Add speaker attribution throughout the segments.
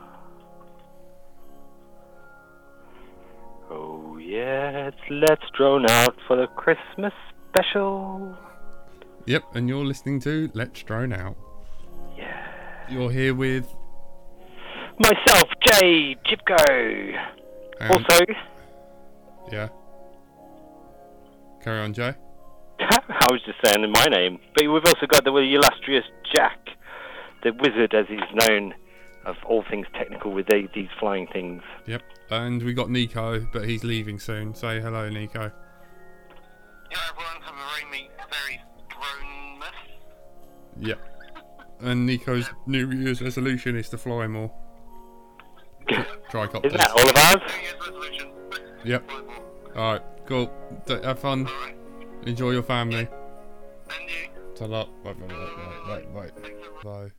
Speaker 1: let's Oh, let's drone out for the Christmas special.
Speaker 2: Yep, and you're listening to Let's Drone Out.
Speaker 1: Yeah.
Speaker 2: You're here with.
Speaker 1: Myself, Jay Chipko.
Speaker 2: hang on,
Speaker 1: Also,
Speaker 2: um, yeah. Carry on, Jay.
Speaker 1: I was just saying my name, but we've also got the illustrious Jack, the wizard as he's known, of all things technical with the, these flying things.
Speaker 2: Yep. And we got Nico, but he's leaving soon. Say hello, Nico.
Speaker 3: Yeah, everyone have a very meet, very grown-ness.
Speaker 2: Yep. And Nico's New Year's resolution is to fly more. Tricopters.
Speaker 1: Is that all of ours?
Speaker 3: New Year's resolution.
Speaker 2: Yep. Alright, cool. D- have fun.
Speaker 3: Alright.
Speaker 2: Enjoy your family.
Speaker 3: And you.
Speaker 2: Tell up. Wait, wait, wait, wait, wait, wait. Bye.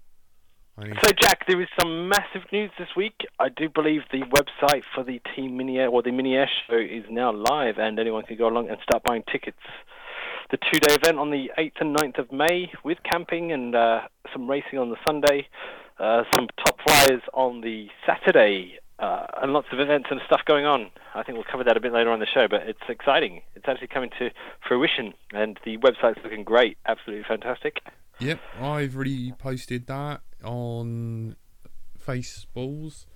Speaker 2: I need-
Speaker 1: So, Jack, there is some massive news this week. I do believe the website for the Team Mini Air or the Mini Air show is now live, and anyone can go along and start buying tickets. The two day event on the 8th and 9th of May with camping and uh, some racing on the Sunday, uh, some top flyers on the Saturday, uh, and lots of events and stuff going on. I think we'll cover that a bit later on in the show, but it's exciting. It's actually coming to fruition, and the website's looking great. Absolutely fantastic.
Speaker 2: Yep, I've reposted that on Faceballs.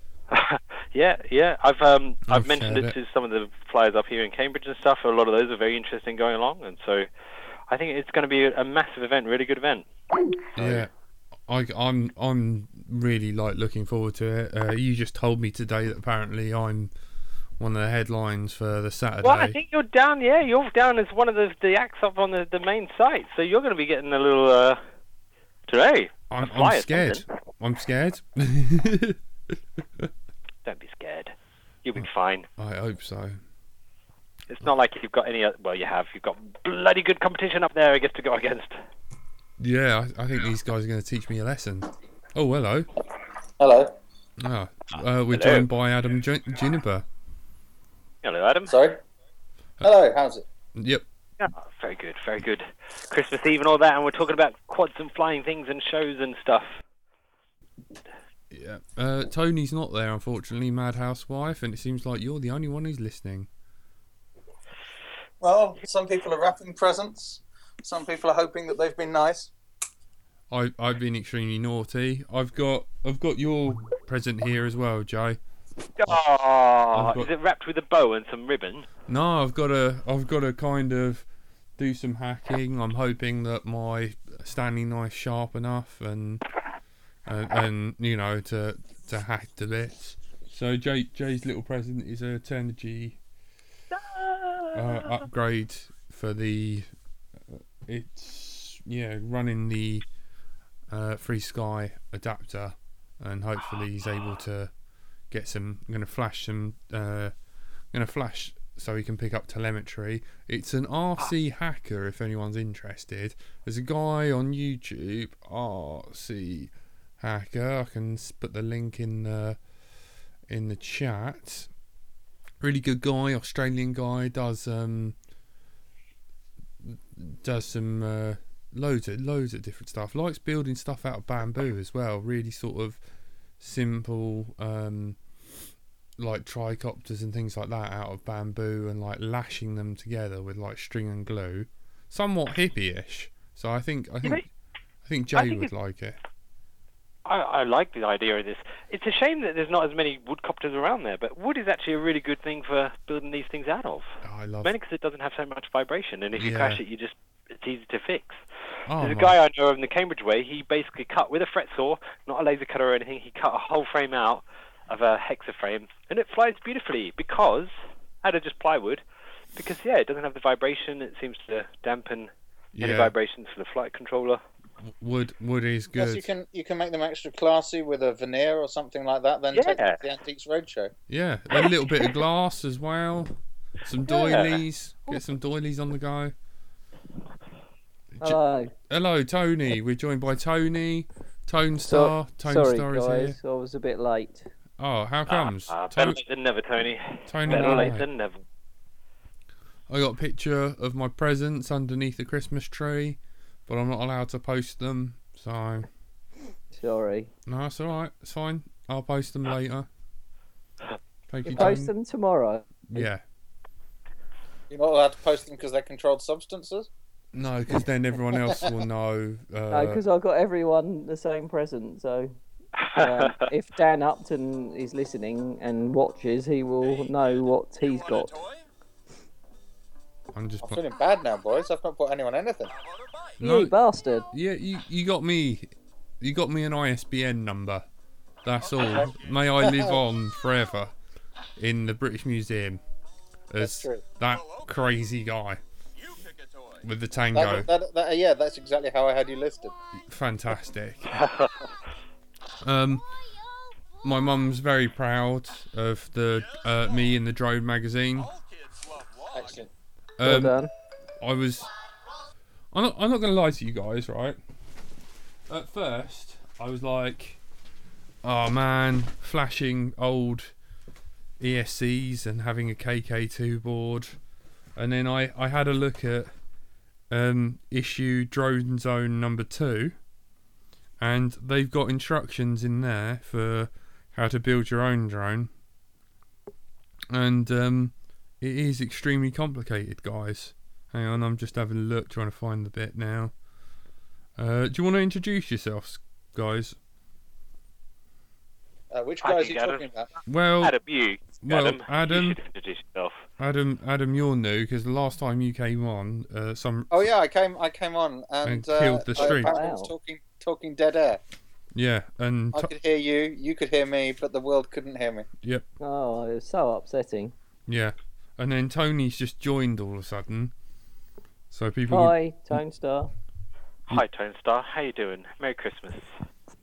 Speaker 1: yeah, yeah. I've um, I've
Speaker 2: I've
Speaker 1: mentioned
Speaker 2: shared
Speaker 1: it,
Speaker 2: it.
Speaker 1: to some of the flyers up here in Cambridge and stuff. A lot of those are very interesting going along, and so I think it's going to be a, a massive event, really good event.
Speaker 2: Yeah, I, I'm I'm really like looking forward to it. Uh, you just told me today that apparently I'm one of the headlines for the Saturday.
Speaker 1: Well, I think you're down. Yeah, you're down as one of the the acts up on the, the main site, so you're going to be getting a little uh, today.
Speaker 2: I'm,
Speaker 1: fly
Speaker 2: I'm
Speaker 1: or
Speaker 2: scared.
Speaker 1: something.
Speaker 2: I'm scared.
Speaker 1: Don't be scared. You'll
Speaker 2: Hmm.
Speaker 1: be fine.
Speaker 2: I hope so.
Speaker 1: It's not like you've got any. oth- Well, you have. You've got bloody good competition up there. I guess to go against.
Speaker 2: Yeah, I, I think these guys are going to teach me a lesson. Oh, hello.
Speaker 4: Hello.
Speaker 2: Ah, uh, we're
Speaker 1: Hello.
Speaker 2: joined by Adam Jun- Juniper.
Speaker 1: Hello, Adam.
Speaker 4: Sorry. Hello. How's it?
Speaker 2: Yep.
Speaker 1: Yeah, Oh, very good, very good. Christmas Eve and all that, and we're talking about quads and flying things and shows and stuff.
Speaker 2: Yeah. Uh, Tony's not there, unfortunately, Madhouse wife, and it seems like you're the only one who's listening.
Speaker 4: Well, some people are wrapping presents. Some people are hoping that they've been nice.
Speaker 2: I I've been extremely naughty. I've got I've got your present here as well, Jay.
Speaker 1: Oh,
Speaker 2: I've got-
Speaker 1: is it wrapped with a bow and some ribbon?
Speaker 2: No, I've got to I've got to kind of do some hacking. I'm hoping that my Stanley knife's sharp enough and and, and you know to to hack the bits. So Jay Jay's little present is a Turnigy uh, upgrade for the uh, it's yeah running the uh, free sky adapter and hopefully he's able to get some I'm gonna flash some uh, gonna flash so he can pick up telemetry it's an RC hacker if anyone's interested there's a guy on YouTube RC hacker I can s- put the link in the in the chat really good guy, Australian guy, does um does some uh, loads of loads of different stuff. Likes building stuff out of bamboo as well. Really sort of simple um like tricopters and things like that out of bamboo and like lashing them together with like string and glue. Somewhat hippie-ish. So I think I think
Speaker 1: know,
Speaker 2: I think Jay
Speaker 1: I think
Speaker 2: would like it.
Speaker 1: I, I like the idea of this. It's a shame that there's not as many woodcopters around there, but wood is actually a really good thing for building these things out of.
Speaker 2: Oh, I love
Speaker 1: Mainly because it doesn't have so much vibration, and if you
Speaker 2: Yeah.
Speaker 1: crash it, you just it's easy to fix.
Speaker 2: oh,
Speaker 1: There's a
Speaker 2: my-
Speaker 1: guy I know in the Cambridge way. He basically cut with a fret saw, not a laser cutter or anything. He cut a whole frame out of a hexaframe, and it flies beautifully because out of just plywood. Because yeah, it doesn't have the vibration. It seems to dampen any
Speaker 2: yeah,
Speaker 1: vibrations for the flight controller.
Speaker 2: wood wood is
Speaker 4: Yes, you
Speaker 2: good.
Speaker 4: can you can make them extra classy with a veneer or something like that. Then take
Speaker 1: Yeah.
Speaker 4: them to the Antiques Roadshow.
Speaker 2: Yeah, a little bit of glass as well. Some
Speaker 1: Yeah.
Speaker 2: doilies. Get some doilies on the go.
Speaker 5: Hello.
Speaker 2: Hello, Tony. We're joined by Tony, Tone Star.
Speaker 5: So-
Speaker 2: Tone
Speaker 5: Sorry,
Speaker 2: Star is here.
Speaker 5: guys. I was a bit late.
Speaker 2: Oh, how comes?
Speaker 1: Ah, better
Speaker 2: Tony,
Speaker 1: late than never, Tony.
Speaker 2: Tony
Speaker 1: Better
Speaker 2: Nye.
Speaker 1: late than never.
Speaker 2: I got a picture of my presents underneath the Christmas tree, but I'm not allowed to post them. So,
Speaker 5: Sorry.
Speaker 2: no, it's all right. It's fine. I'll post them later. Thank you,
Speaker 5: You post
Speaker 2: Tony.
Speaker 5: them tomorrow.
Speaker 2: Yeah.
Speaker 4: You're not allowed to post them because they're controlled substances.
Speaker 2: No, because then everyone else will know. Uh,
Speaker 5: because I got everyone the same present. So um, if Dan Upton is listening and watches, he will know what he's got.
Speaker 2: I'm just.
Speaker 4: I'm
Speaker 2: Pl-
Speaker 4: feeling bad now, boys. I've not bought anyone anything.
Speaker 2: no,
Speaker 5: You bastard!
Speaker 2: yeah, you, you got me. You got me an ISBN number. That's all. May I live on forever in the British Museum
Speaker 4: That's
Speaker 2: as
Speaker 4: true.
Speaker 2: that crazy guy
Speaker 6: You pick a toy.
Speaker 2: with the tango.
Speaker 4: That, that, that, yeah, that's exactly how I had you listed.
Speaker 2: fantastic. um, my mum's very proud of the uh, me in the drone magazine.
Speaker 6: All kids love logs.
Speaker 4: Excellent.
Speaker 5: Well
Speaker 2: Um,
Speaker 5: done.
Speaker 2: I was. I'm not. I'm not gonna lie to you guys, right? At first, I was like, "Oh man, flashing old ESCs and having a KK2 board," and then I I had a look at um issue Drone Zone number two, and they've got instructions in there for how to build your own drone, and um, it is extremely complicated, guys. Hang on, I'm just having a look, trying to find the bit now. Uh, do you want to introduce yourselves, guys?
Speaker 4: Uh, which
Speaker 1: I
Speaker 4: guys are
Speaker 1: can
Speaker 4: you
Speaker 1: get
Speaker 4: talking about?
Speaker 2: Well,
Speaker 1: Adam, you.
Speaker 2: Well,
Speaker 1: Adam,
Speaker 2: Adam-
Speaker 1: You should introduce yourself.
Speaker 2: Adam, Adam, you're new because the last time you came on, uh, some
Speaker 4: Oh yeah, I came. I came on and,
Speaker 2: And killed
Speaker 4: uh,
Speaker 2: the
Speaker 4: I
Speaker 2: stream.
Speaker 4: apparently was
Speaker 5: Wow.
Speaker 4: talking, talking dead air.
Speaker 2: yeah, and
Speaker 4: I
Speaker 2: to-
Speaker 4: could hear you. You could hear me, but the world couldn't hear me.
Speaker 5: Oh, it was so upsetting.
Speaker 2: yeah, and then Tony's just joined all of a sudden, so people.
Speaker 5: Hi, Tone Star.
Speaker 1: Hi, Tone Star. How you doing? Merry Christmas.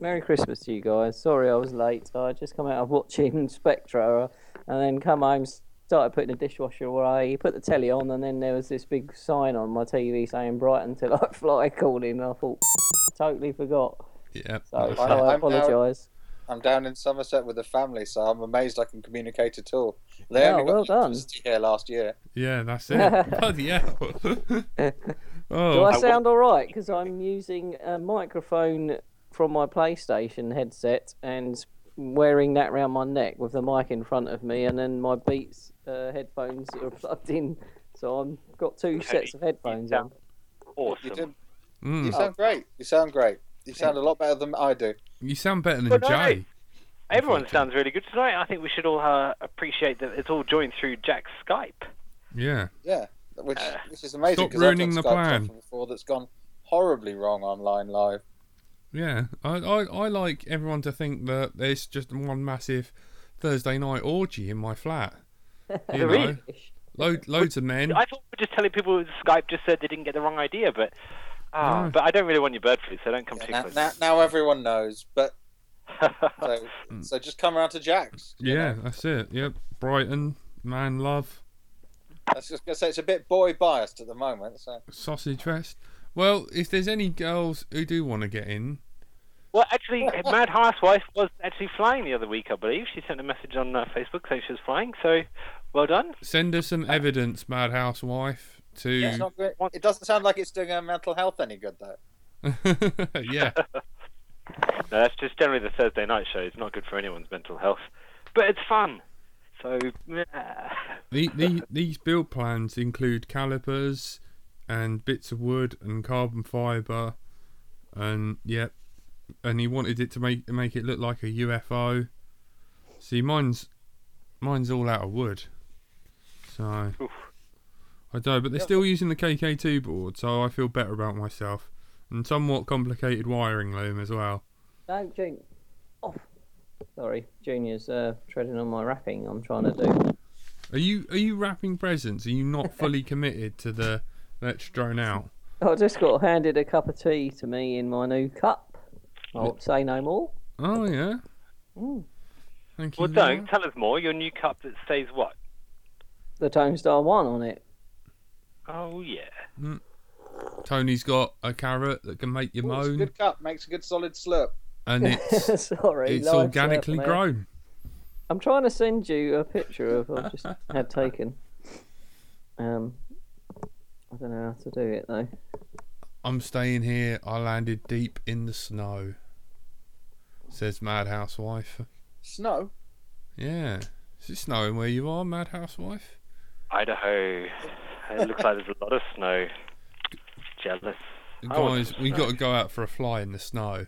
Speaker 5: Merry Christmas to you guys. Sorry I was late. I just come out of watching Spectra and then come home, started putting the dishwasher away, put the telly on, and then there was this big sign on my TV saying Brighton till I fly calling. And I thought, totally forgot.
Speaker 2: Yeah,
Speaker 5: So I,
Speaker 2: that's it.
Speaker 4: I'm now-
Speaker 5: apologise.
Speaker 4: I'm down in Somerset with the family, so I'm amazed I can communicate at all. They
Speaker 5: Yeah,
Speaker 4: only got
Speaker 5: well done.
Speaker 4: electricity here last year.
Speaker 2: yeah, that's it. Bloody hell!
Speaker 5: Do
Speaker 2: oh,
Speaker 5: I sound all right? Because I'm using a microphone from my PlayStation headset and wearing that round my neck with the mic in front of me, and then my Beats uh, headphones are plugged in. So I've got two sets of headphones on.
Speaker 1: Awesome.
Speaker 4: You did. You
Speaker 2: mm,
Speaker 4: sound great. You sound great. You sound a lot better than I do.
Speaker 2: you sound better than
Speaker 1: But no,
Speaker 2: Jay.
Speaker 1: Everyone
Speaker 2: Thank you.
Speaker 1: sounds really good tonight. I think we should all uh, appreciate that it's all joined through Jack's Skype.
Speaker 2: Yeah,
Speaker 4: Yeah, which
Speaker 1: Uh,
Speaker 4: which is amazing.
Speaker 2: stop
Speaker 4: 'cause I've
Speaker 2: ruining
Speaker 4: done
Speaker 2: the
Speaker 4: Skype stuff
Speaker 2: plan.
Speaker 4: Before that's gone horribly wrong online live.
Speaker 2: yeah. I, I, I like everyone to think that there's just one massive Thursday night orgy in my flat. You
Speaker 1: There
Speaker 2: know, load, loads of men.
Speaker 1: I thought we were just telling people Skype just said they didn't get the wrong idea, but ah,
Speaker 2: No.
Speaker 1: but I don't really want your bird flu, so don't come
Speaker 4: Yeah,
Speaker 1: too
Speaker 4: now,
Speaker 1: close.
Speaker 4: now, now everyone knows, but so,
Speaker 2: Hmm.
Speaker 4: so just come around to Jack's. you
Speaker 2: Yeah,
Speaker 4: know.
Speaker 2: that's it. Yep, Brighton, man, love,
Speaker 4: That's just gonna say it's a bit boy biased at the moment. So
Speaker 2: sausage fest. Well, if there's any girls who do want to get in,
Speaker 1: well, actually, Mad Housewife was actually flying the other week, I believe. She sent a message on uh, Facebook saying she was flying. So, well done.
Speaker 2: send us some evidence, Madhouse wife.
Speaker 4: it's
Speaker 2: To
Speaker 4: not good. It doesn't sound like it's doing her mental health any good though.
Speaker 2: yeah,
Speaker 1: No, that's just generally the Thursday night show. It's not good for anyone's mental health, but it's fun. So, yeah.
Speaker 2: the, the these build plans include calipers and bits of wood and carbon fiber, and yep, and he wanted it to make make it look like a UFO. See, mine's mine's all out of wood, so.
Speaker 1: Oof.
Speaker 2: I don't, but they're still using the KK2 board, so I feel better about myself. And somewhat complicated wiring loom as well.
Speaker 5: No, June. Off. Sorry, Junior's uh, treading on my wrapping. I'm trying to do.
Speaker 2: Are you are you wrapping presents? Are you not fully committed to the let's drone out?
Speaker 5: I just got handed a cup of tea to me in my new cup. I'll say no more.
Speaker 2: Oh yeah.
Speaker 5: Mm.
Speaker 2: Thank you.
Speaker 1: well,
Speaker 2: for
Speaker 1: don't
Speaker 2: that.
Speaker 1: tell us more. Your new cup that says what?
Speaker 5: The Tone Star one on it.
Speaker 1: Oh yeah.
Speaker 2: Tony's got a carrot that can make you
Speaker 4: Ooh, it's a
Speaker 2: moan,
Speaker 4: good cup makes a good solid slurp.
Speaker 2: and it's
Speaker 5: Sorry,
Speaker 2: it's
Speaker 5: live surf,
Speaker 2: organically
Speaker 5: mate.
Speaker 2: grown.
Speaker 5: I'm trying to send you a picture of I've just had taken. Um, I don't know how to do it though.
Speaker 2: I'm staying here. I landed deep in the snow. Says Madhouse wife.
Speaker 4: Snow.
Speaker 2: Yeah. Is it snowing where you are, Madhouse wife?
Speaker 1: Idaho. It looks like there's a lot of snow. Jealous. I want
Speaker 2: Guys,
Speaker 1: some
Speaker 2: we
Speaker 1: snow.
Speaker 2: got to go out for a fly in the snow.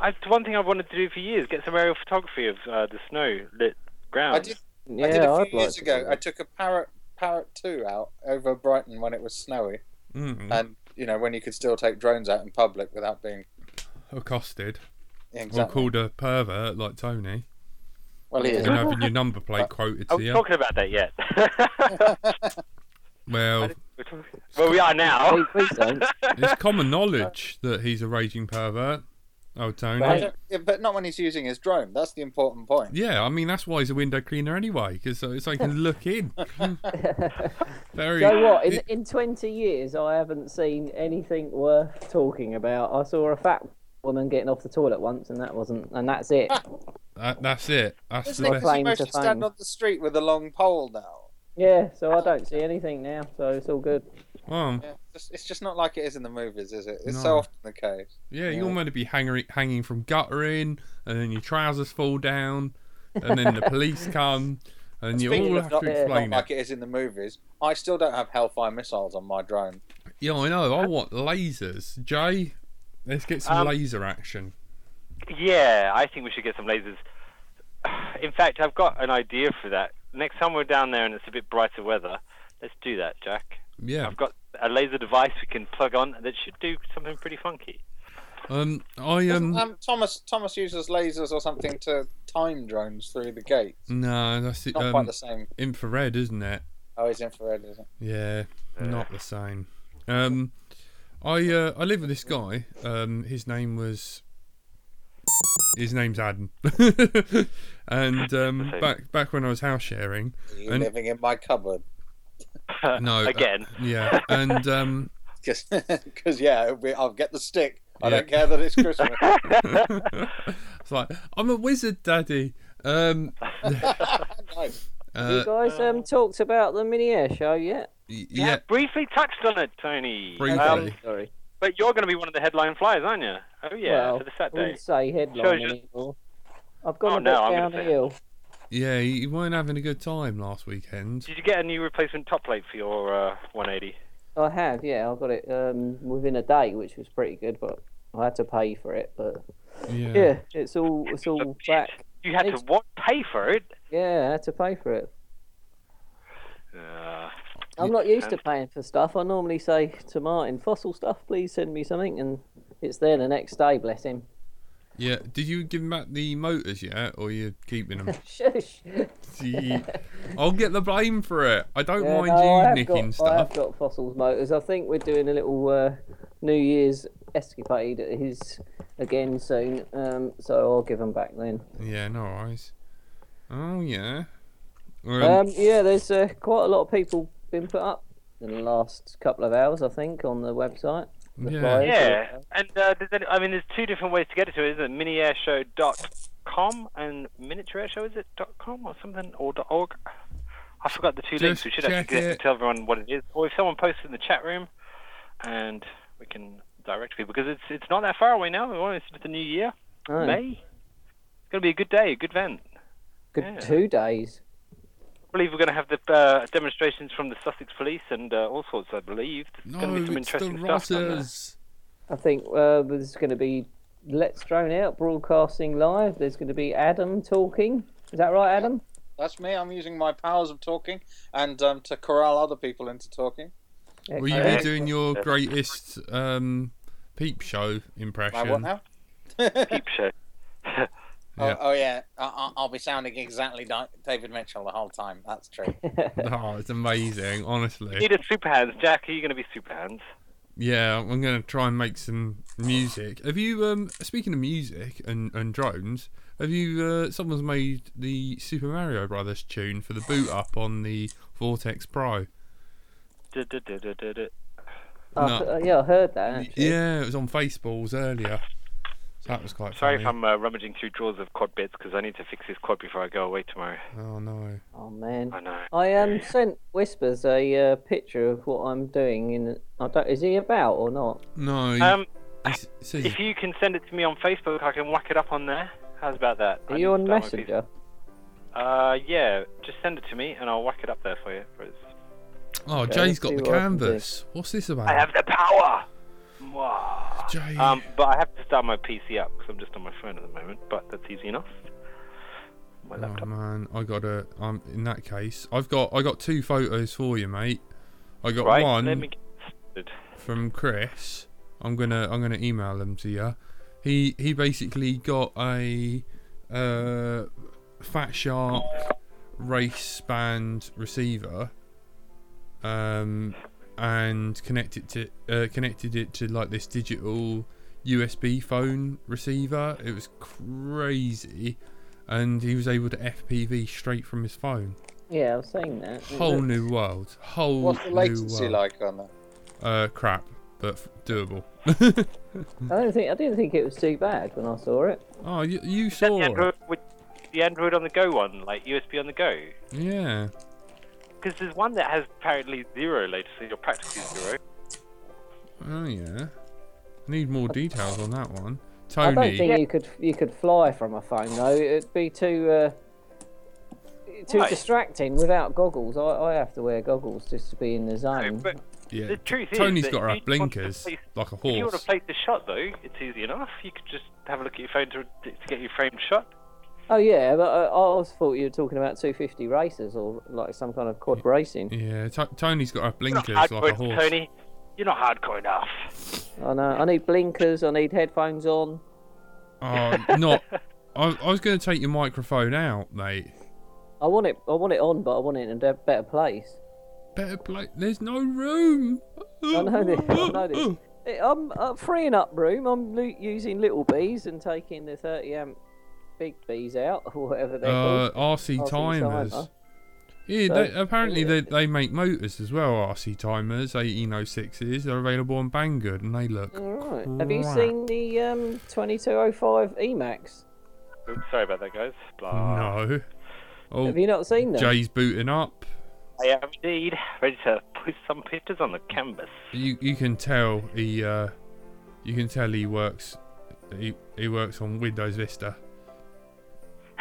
Speaker 1: I, it's one thing I've wanted to do for years: get some aerial photography of uh, the snow lit ground.
Speaker 4: I did,
Speaker 5: Yeah,
Speaker 4: I did a
Speaker 5: would
Speaker 4: few
Speaker 5: like
Speaker 4: years
Speaker 5: to
Speaker 4: ago.
Speaker 5: do
Speaker 4: I
Speaker 5: that.
Speaker 4: took a parrot parrot two out over Brighton when it was snowy,
Speaker 2: Mm,
Speaker 4: and you know when you could still take drones out in public without being
Speaker 2: accosted or
Speaker 4: exactly.
Speaker 2: called a pervert like Tony
Speaker 4: Well, he is.
Speaker 2: and having your number plate quoted
Speaker 1: Are
Speaker 2: to
Speaker 1: we
Speaker 2: you.
Speaker 1: talking about that yet?
Speaker 2: Well,
Speaker 1: well, we are now.
Speaker 5: Please- please don't.
Speaker 2: it's common knowledge that he's a raging pervert. Oh, Tony.
Speaker 4: I don't- yeah, but not when he's using his drone. That's the important point.
Speaker 2: Yeah, I mean that's why he's a window cleaner anyway, because so, so he can look in. Very.
Speaker 5: You know what? In, in 20 years, I haven't seen anything worth talking about. I saw a fat woman getting off the toilet once, and that wasn't, and that's it.
Speaker 2: that, that's it. That's
Speaker 4: Isn't
Speaker 2: the
Speaker 4: it? 'Cause
Speaker 2: best.
Speaker 5: Claim
Speaker 4: You
Speaker 5: to
Speaker 4: mostly stand
Speaker 5: fame.
Speaker 4: on the street with a long pole now.
Speaker 5: Yeah, so I don't see anything now, so it's all good.
Speaker 2: Oh,
Speaker 4: Yeah, it's just- it's just not like it is in the movies, is it? It's
Speaker 2: No.
Speaker 4: so often the case.
Speaker 2: yeah, you're meant to be hanging hanging from guttering, and then your trousers fall down, and then the police come, and you
Speaker 4: Speaking
Speaker 2: all
Speaker 4: of
Speaker 2: have
Speaker 4: not-
Speaker 2: to
Speaker 5: yeah,
Speaker 2: explain
Speaker 4: Like
Speaker 2: it.
Speaker 4: it is in the movies. I still don't have Hellfire missiles on my drone.
Speaker 2: Yeah, I know. I want lasers. Jay, let's get some
Speaker 1: Um,
Speaker 2: laser action.
Speaker 1: Yeah, I think we should get some lasers. In fact, I've got an idea for that. Next time we're down there and it's a bit brighter weather, let's do that, Jack.
Speaker 2: Yeah.
Speaker 1: I've got a laser device we can plug on that should do something pretty funky.
Speaker 2: Um, I um.
Speaker 4: Doesn't, um, Thomas Thomas uses lasers or something to time drones through the gate.
Speaker 2: No, that's it.
Speaker 4: Not quite
Speaker 2: Mm, Um,
Speaker 4: the same.
Speaker 2: infrared, isn't it?
Speaker 4: Oh, it's infrared, isn't it?
Speaker 2: Yeah, not the same. Um, I uh, I live with this guy. Um, his name was. His name's Adam, and um, back back when I was house sharing,
Speaker 4: Are you
Speaker 2: And-
Speaker 4: living in my cupboard?
Speaker 2: no, uh,
Speaker 1: Again.
Speaker 2: yeah, and um,
Speaker 4: Because yeah, it'll be, I'll get the stick. I
Speaker 2: Yeah.
Speaker 4: don't care that it's Christmas.
Speaker 2: it's like I'm a wizard, daddy. Um,
Speaker 4: nice.
Speaker 5: You
Speaker 2: uh,
Speaker 5: guys um, talked about the mini air show yet? Uh,
Speaker 2: y-
Speaker 1: You
Speaker 2: yeah,
Speaker 1: have briefly touched on it, Tony.
Speaker 2: Briefly.
Speaker 1: Um,
Speaker 5: sorry.
Speaker 1: but you're going to be one of the headline flyers, aren't you? Oh yeah,
Speaker 5: well,
Speaker 1: for the
Speaker 5: I
Speaker 1: Saturday.
Speaker 5: wouldn't say
Speaker 1: Shows
Speaker 5: headline
Speaker 1: you-
Speaker 5: anymore. I've gone
Speaker 1: Oh,
Speaker 5: a bit
Speaker 1: no, I'm
Speaker 5: down
Speaker 1: gonna
Speaker 5: the
Speaker 1: say-
Speaker 5: hill.
Speaker 2: yeah. He he weren't having a good time last weekend.
Speaker 1: Did you get a new replacement top plate for your uh, 180?
Speaker 5: I have, yeah, I got it um, within a day, which was pretty good, but I had to pay for it. But
Speaker 2: Yeah,
Speaker 5: yeah, it's all it's all back.
Speaker 1: You had
Speaker 5: It's-
Speaker 1: to what? Pay for it?
Speaker 5: Yeah, I had to pay for it.
Speaker 1: Uh,
Speaker 5: I'm not used to paying for stuff. I normally say to Martin, fossil stuff, please send me something, and it's there the next day, bless him.
Speaker 2: yeah. Did you give him back the motors yet, or you keeping them?
Speaker 5: Shush.
Speaker 2: Gee, I'll get the blame for it. I don't
Speaker 5: Yeah,
Speaker 2: mind
Speaker 5: no, I
Speaker 2: you
Speaker 5: have
Speaker 2: nicking
Speaker 5: got, I have
Speaker 2: stuff.
Speaker 5: got fossils motors. I think we're doing a little uh, New Year's escapade at his again soon, um, so I'll give them back then.
Speaker 2: Yeah, no worries. Oh yeah. Um,
Speaker 5: Um, yeah, there's uh, quite a lot of people been put up in the last couple of hours, I think, on the website. The
Speaker 2: Yeah.
Speaker 5: flyers.
Speaker 1: yeah, and uh, there's any, I mean, there's two different ways to get it to it, isn't it? Miniairshow.com and miniatureairshow, is it dot .com or something, or dot .org? I forgot the two links.
Speaker 2: Just
Speaker 1: We should actually
Speaker 2: check
Speaker 1: get,
Speaker 2: it.
Speaker 1: tell everyone what it is. Or if someone posts it in the chat room, and we can direct people, because it's it's not that far away now. We're almost into the new year,
Speaker 5: Oh,
Speaker 1: May. It's going to be a good day, a good event.
Speaker 5: good
Speaker 1: yeah.
Speaker 5: two days.
Speaker 1: I believe we're going to have the uh, demonstrations from the Sussex Police and uh, all sorts, I believe. There's
Speaker 2: no,
Speaker 1: going to be some
Speaker 2: it's the
Speaker 1: interesting stuff. down there.
Speaker 2: rotters.
Speaker 5: I think uh, there's going to be Let's Drone Out broadcasting live. There's going to be Adam talking. Is that right, Adam?
Speaker 4: That's me. I'm using my powers of talking and um, to corral other people into talking.
Speaker 2: Will you be doing your greatest um, peep show
Speaker 4: My what
Speaker 2: impression?
Speaker 4: now?
Speaker 1: Peep show.
Speaker 2: Yeah.
Speaker 4: Oh, oh yeah, I, I- I'll be sounding exactly like David Mitchell the whole time. That's true.
Speaker 2: Oh, it's amazing, honestly.
Speaker 1: need a super hands, Jack. Are you going to be super hands?
Speaker 2: Yeah, I'm gonna try and make some music. Have you? Um, speaking of music and, and drones, have you? Uh, someone's made the Super Mario Brothers tune for the boot up on the Vortex Pro.
Speaker 1: Du-du-du-du-du-du.
Speaker 5: Oh,
Speaker 2: No.
Speaker 5: uh, yeah, I heard that. Actually.
Speaker 2: Yeah, it was on Faceballs earlier. So that was quite
Speaker 1: Sorry if
Speaker 2: funny.
Speaker 1: I'm uh, rummaging through drawers of quad bits because I need to fix this quad before I go away tomorrow.
Speaker 2: Oh no.
Speaker 5: Oh man.
Speaker 1: I know.
Speaker 5: I um sent Whispers a uh, picture of what I'm doing. In I don't. Is he about or not?
Speaker 2: No. you-
Speaker 1: Um,
Speaker 2: it's- it says-
Speaker 1: if you can send it to me on Facebook, I can whack it up on there. How's about that?
Speaker 5: Are
Speaker 1: I
Speaker 5: you
Speaker 1: need to
Speaker 5: on
Speaker 1: download these-
Speaker 5: Messenger?
Speaker 1: Uh, yeah. Just send it to me and I'll whack it up there for you. For us.
Speaker 2: Oh,
Speaker 5: Okay,
Speaker 2: Jay's
Speaker 5: let's
Speaker 2: got
Speaker 5: see
Speaker 2: the
Speaker 5: what I can do.
Speaker 2: canvas. What's this about?
Speaker 1: I have the power. Mwah.
Speaker 2: Jay.
Speaker 1: Um, but I have to start my PC up because I'm just on my phone at the moment. But that's easy enough. My laptop.
Speaker 2: Oh man, I got a. Um, in that case, I've got I got two photos for you, mate. I got
Speaker 1: right.
Speaker 2: one
Speaker 1: Let me get started.
Speaker 2: from Chris. I'm gonna I'm gonna email them to you. He he basically got a uh, Fat Shark race band receiver, um, and connected to uh, connected it to like this digital USB phone receiver. It was crazy, and he was able to FPV straight from his phone.
Speaker 5: Yeah, I was saying that. It
Speaker 2: Whole
Speaker 5: looks-
Speaker 2: new world. Whole
Speaker 4: What's the
Speaker 2: new
Speaker 4: latency
Speaker 2: world.
Speaker 4: like on that?
Speaker 2: Uh, crap, but f- doable.
Speaker 5: I don't think I didn't think it was too bad when I saw it.
Speaker 2: Oh, you, you
Speaker 1: Is that
Speaker 2: saw
Speaker 1: the
Speaker 2: it.
Speaker 1: Android, with the Android on the go one, like USB on the go?
Speaker 2: Yeah.
Speaker 1: Because there's one that has apparently zero latency or practically zero.
Speaker 2: Oh, yeah. Need more details on that one.
Speaker 5: I don't
Speaker 2: Tony.
Speaker 5: think you could you could fly from a phone though. It'd be too uh, too
Speaker 1: Why?
Speaker 5: distracting without goggles. I, I have to wear goggles just to be in the zone.
Speaker 1: But
Speaker 2: Oh. yeah.
Speaker 1: the truth is
Speaker 2: Tony's
Speaker 1: that
Speaker 2: got
Speaker 1: if you
Speaker 2: her up
Speaker 1: want to
Speaker 2: blinkers
Speaker 1: place-
Speaker 2: like a
Speaker 1: If you want to
Speaker 2: horse.
Speaker 1: place the shot, though, it's easy enough. You could just have a look at your phone to, to get your framed shot.
Speaker 5: Oh yeah, but I, I always thought you were talking about 250 races or like some kind of quad racing.
Speaker 2: Yeah, t- Tony's got her
Speaker 1: You're
Speaker 2: blinkers
Speaker 1: not
Speaker 2: like
Speaker 1: hardcore,
Speaker 2: a horse.
Speaker 1: Tony. You're not hardcore enough.
Speaker 5: I know. I need blinkers. I need headphones on.
Speaker 2: Oh, not. I, I was going to take your microphone out, mate.
Speaker 5: I want it. I want it on, but I want it in a de- better place.
Speaker 2: Better play. There's no room.
Speaker 5: I know this. I know this. Eh, I'm uh, freeing up room. I'm lu- using little bees and taking the 30 amp big bees out or whatever they're
Speaker 2: Uh,
Speaker 5: called.
Speaker 2: RC
Speaker 5: RC
Speaker 2: timers.
Speaker 5: timer.
Speaker 2: Yeah,
Speaker 5: So-
Speaker 2: they, apparently
Speaker 5: yeah.
Speaker 2: They, they make motors as well, RC timers, 1806s. They're available on Banggood and they look.
Speaker 5: All right. Have you
Speaker 2: crap.
Speaker 5: seen the um, 2205 Emax?
Speaker 1: Oops, sorry about that, guys. Blah.
Speaker 2: No. Oh,
Speaker 5: Have you not seen them?
Speaker 2: Jay's booting up.
Speaker 1: I am indeed ready to put some pictures on the canvas.
Speaker 2: You you can tell he uh, you can tell he works he, he works on Windows Vista.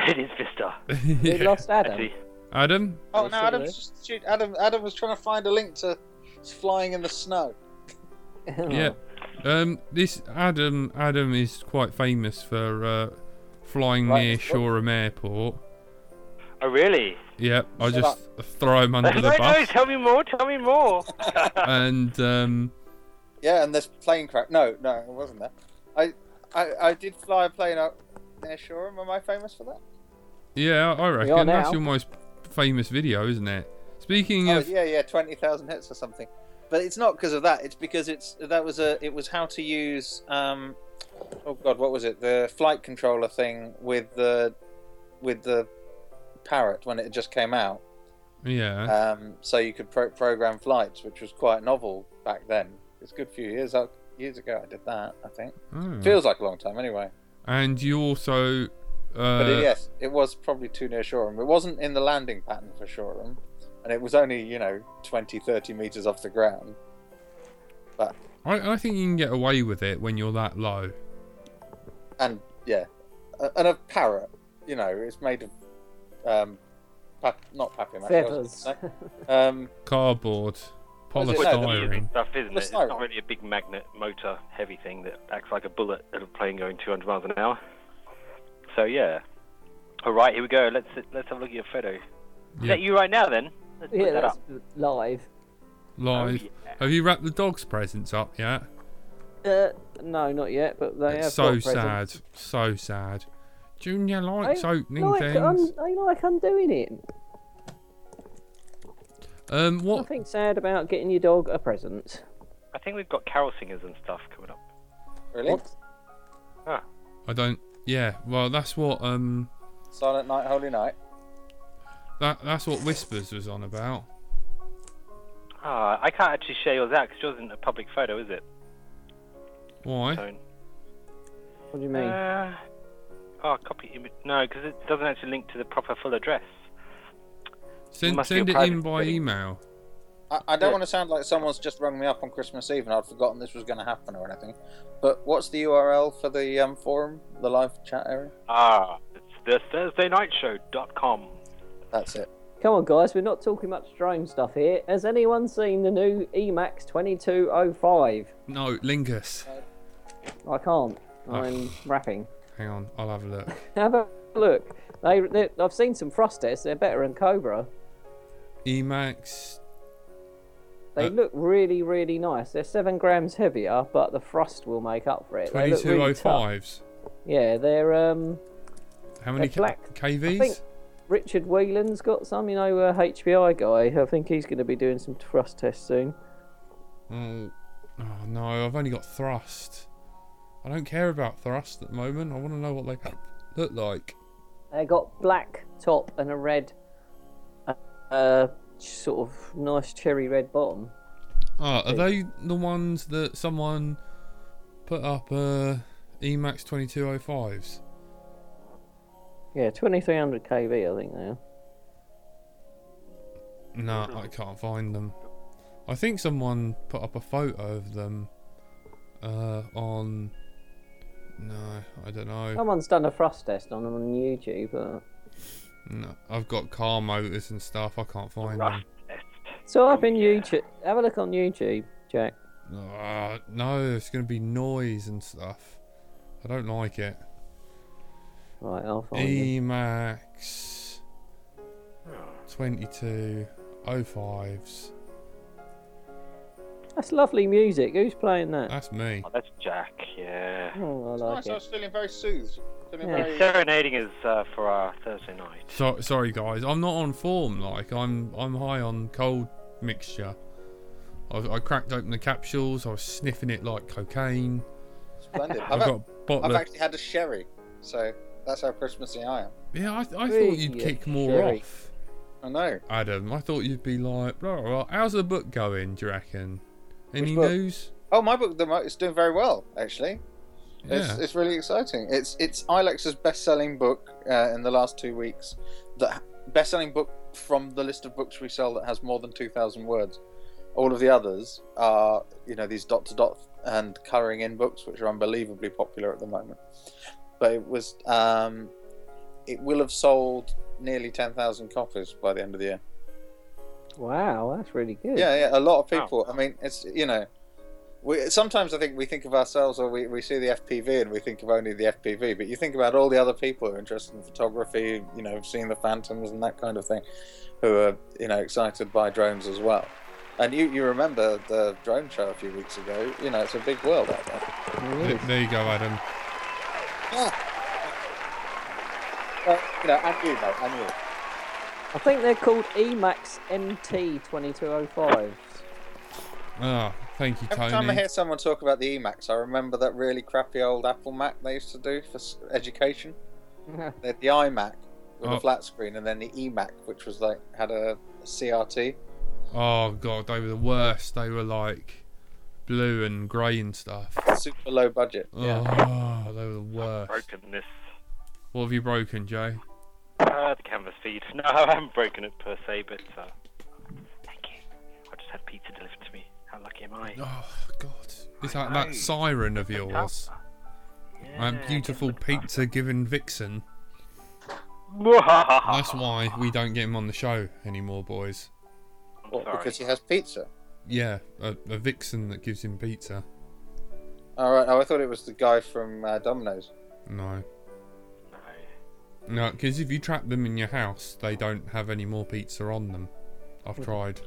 Speaker 1: It is Vista.
Speaker 5: we
Speaker 2: Yeah.
Speaker 5: lost Adam.
Speaker 1: Actually,
Speaker 2: Adam,
Speaker 4: Oh
Speaker 5: Let's
Speaker 4: no,
Speaker 5: see what it
Speaker 4: Adam's just, shoot, Adam. Adam was trying to find a link to flying in the snow.
Speaker 5: Oh.
Speaker 2: yeah, um, this Adam Adam is quite famous for uh, flying
Speaker 5: Right.
Speaker 2: near Shoreham Airport.
Speaker 1: oh, really?
Speaker 2: Yep, I
Speaker 4: Shut
Speaker 2: just throw him under
Speaker 1: No,
Speaker 2: the
Speaker 1: no,
Speaker 2: bus
Speaker 1: tell me more, tell me more.
Speaker 2: and um,
Speaker 4: Yeah, and this plane crash. No, no, it wasn't that. I, I, I did fly a plane out near Shoreham. Am I famous for that?
Speaker 2: yeah, I
Speaker 5: are
Speaker 2: reckon that's
Speaker 5: now.
Speaker 2: your most famous video, isn't it? Speaking
Speaker 4: Oh
Speaker 2: of
Speaker 4: yeah, yeah, twenty thousand hits or something. But it's not because of that. It's because it's that was a. It was how to use. Um, oh God, what was it? The flight controller thing with the, with the, parrot when it just came out.
Speaker 2: yeah,
Speaker 4: Um, so you could pro- program flights, which was quite novel back then. It's a good few years up, years ago. I did that. I think
Speaker 2: Oh.
Speaker 4: feels like a long time anyway.
Speaker 2: and you also uh,
Speaker 4: But it, yes, it was probably too near Shoreham. It wasn't in the landing pattern for Shoreham, and it was only you know 20, 30 meters off the ground.
Speaker 2: I, I think you can get away with it when you're that low.
Speaker 4: and yeah, uh, and a parrot. You know, it's made of um, pap- not papier mâché. I was gonna say. Um,
Speaker 2: Cardboard,
Speaker 4: Was it- no,
Speaker 1: It's
Speaker 2: polystyrene.
Speaker 1: stuff, isn't it? It's
Speaker 4: Polystyrene.
Speaker 1: not really a big magnet motor heavy thing that acts like a bullet at a plane going 200 miles an hour. So yeah. All right, here we go. Let's let's have a look at your photo. Is
Speaker 2: Yeah.
Speaker 1: that you right now then? Let's
Speaker 5: Yeah,
Speaker 1: put that
Speaker 5: that's
Speaker 1: up.
Speaker 5: live.
Speaker 2: Live.
Speaker 1: Oh, yeah.
Speaker 2: Have you wrapped the dog's presents up yet?
Speaker 5: Uh, no, not yet, but they have
Speaker 2: it's so
Speaker 5: got
Speaker 2: sad.
Speaker 5: presents.
Speaker 2: So sad. Junior
Speaker 5: I
Speaker 2: likes opening
Speaker 5: like, um,
Speaker 2: things.
Speaker 5: un- I like undoing it.
Speaker 2: Um, what?
Speaker 5: Nothing sad about getting your dog a present.
Speaker 1: I think we've got carol singers and stuff coming up.
Speaker 4: really?
Speaker 2: I don't. Yeah. Well, that's what um
Speaker 4: Silent Night, Holy Night.
Speaker 2: that that's what Whispers was on about.
Speaker 1: Ah, I can't actually share yours out because yours isn't a public photo, is it,
Speaker 2: Why?
Speaker 1: Tone?
Speaker 5: What do you mean?
Speaker 1: Uh, oh, copy image. No, because it doesn't actually link to the proper full address.
Speaker 2: Send
Speaker 1: must be a
Speaker 2: send it
Speaker 1: private
Speaker 2: in by
Speaker 1: thing.
Speaker 2: email.
Speaker 4: I, I don't
Speaker 1: Yeah.
Speaker 4: want to sound like someone's just rung me up on Christmas Eve and I'd forgotten this was going to happen or anything. But what's the URL for the um, forum, the live chat area?
Speaker 1: Ah, it's the Thursday Night Show dot com.
Speaker 4: That's it.
Speaker 5: Come on, guys, we're not talking much drone stuff here. Has anyone seen the new E Emacs 2205?
Speaker 2: No, Lingus.
Speaker 5: Uh, I can't. I'm rapping.
Speaker 2: Hang on, I'll have a look.
Speaker 5: Have a look. They, they, I've seen some frost tests. They're better than Cobra.
Speaker 2: Emacs.
Speaker 5: They
Speaker 2: Uh,
Speaker 5: look really, really nice. They're seven grams heavier, but the frost will make up for it. They look really tough.
Speaker 2: 2205s.
Speaker 5: Yeah, they're um.
Speaker 2: How many
Speaker 5: They're black.
Speaker 2: K- KVs?
Speaker 5: I think Richard Whelan's got some. You know, uh, HBI guy. I think he's going to be doing some thrust tests soon.
Speaker 2: Oh, oh no, I've only got thrust. I don't care about thrust at the moment. I want to know what they look like.
Speaker 5: They got black top and a red, uh, sort of nice cherry red bottom.
Speaker 2: Ah, are they the ones that someone put up uh, Emacs 2205s?
Speaker 5: Yeah, 2300 kV, I think now.
Speaker 2: No, I can't find them. I think someone put up a photo of them uh, on. No, I don't know.
Speaker 5: Someone's done a thrust test on them on YouTube. Uh,
Speaker 2: No, I've got car motors and stuff. I can't find them.
Speaker 1: Rust test.
Speaker 5: so up in YouTube, have a look on YouTube, Jack.
Speaker 2: Ah, no, it's going to be noise and stuff. I don't like it.
Speaker 5: Right, I'll find them.
Speaker 2: Emacs 22 05s.
Speaker 5: That's lovely music. Who's playing that?
Speaker 2: That's me.
Speaker 1: Oh, that's Jack. Yeah.
Speaker 5: Oh, I like
Speaker 4: nice. I
Speaker 5: it.
Speaker 4: was feeling very soothed. Feeling
Speaker 5: Yeah.
Speaker 1: He's
Speaker 4: very.
Speaker 1: serenading us uh, for our Thursday night.
Speaker 2: So, sorry guys, I'm not on form. Like I'm, I'm high on cold mixture. I, I cracked open the capsules. I was sniffing it like cocaine.
Speaker 4: Splendid.
Speaker 2: I've
Speaker 4: I've,
Speaker 2: got
Speaker 4: had-
Speaker 2: a bottle.
Speaker 4: I've
Speaker 2: of-
Speaker 4: actually had a sherry, so that's how Christmassy I am.
Speaker 2: yeah, I, I thought
Speaker 5: Three
Speaker 2: you'd
Speaker 5: years
Speaker 2: kick more
Speaker 5: sherry.
Speaker 2: off,
Speaker 4: I know.
Speaker 2: Adam. I thought you'd be like, blah, blah, blah. how's the book going? Do you reckon? Any
Speaker 4: Which book?
Speaker 2: news?
Speaker 4: Oh, my book, the mo- it's doing very well actually.
Speaker 2: Yeah.
Speaker 4: It's, it's really exciting. It's it's Ilex's best-selling book uh, in the last two weeks. The best-selling book from the list of books we sell that has more than two thousand words. All of the others are, you know, these dot-to-dot and colouring in books, which are unbelievably popular at the moment. But it was, um, it will have sold nearly ten thousand copies by the end of the year.
Speaker 5: Wow, that's really good.
Speaker 4: Yeah, yeah, a lot of people. I mean, it's you know, we sometimes I think we think of ourselves or we, we see the FPV and we think of only the FPV, but you think about all the other people who are interested in photography, you know, seeing the phantoms and that kind of thing, who are you know excited by drones as well. And you, you remember the drone show a few weeks ago? You know, it's a big world out there.
Speaker 2: Th- there you go, Adam.
Speaker 4: Uh, you know, and you, mate, and you.
Speaker 5: I think they're called E Emacs MT 2205s.
Speaker 2: Ah, thank you,
Speaker 4: Every
Speaker 2: Tony.
Speaker 4: time I hear someone talk about the Emacs, I remember that really crappy old Apple Mac they used to do for s- education. They had the iMac with
Speaker 2: Oh.
Speaker 4: a flat screen, and then the eMac, which was like had a CRT.
Speaker 2: Oh god, they were the worst. They were like blue and grey and stuff.
Speaker 4: Super low budget.
Speaker 2: Oh, they were the worst.
Speaker 1: Broken this.
Speaker 2: What have you broken, Jay?
Speaker 1: Uh, the canvas feed. No, I haven't broken it per se, but uh, thank you. I just had pizza delivered to me. How lucky am I?
Speaker 2: Oh god, is that that siren of yours? That beautiful pizza given Vixen.
Speaker 1: I'm
Speaker 2: That's why we don't get him on the show anymore, boys. Oh,
Speaker 4: What,
Speaker 1: sorry.
Speaker 4: because he has pizza.
Speaker 2: Yeah, a, a Vixen that gives him pizza.
Speaker 4: All right. Oh, I thought it was the guy from uh, Domino's.
Speaker 2: No,
Speaker 1: No.
Speaker 2: no, because if you trap them in your house, they don't have any more pizza on them. I've
Speaker 5: Hmm.
Speaker 2: tried.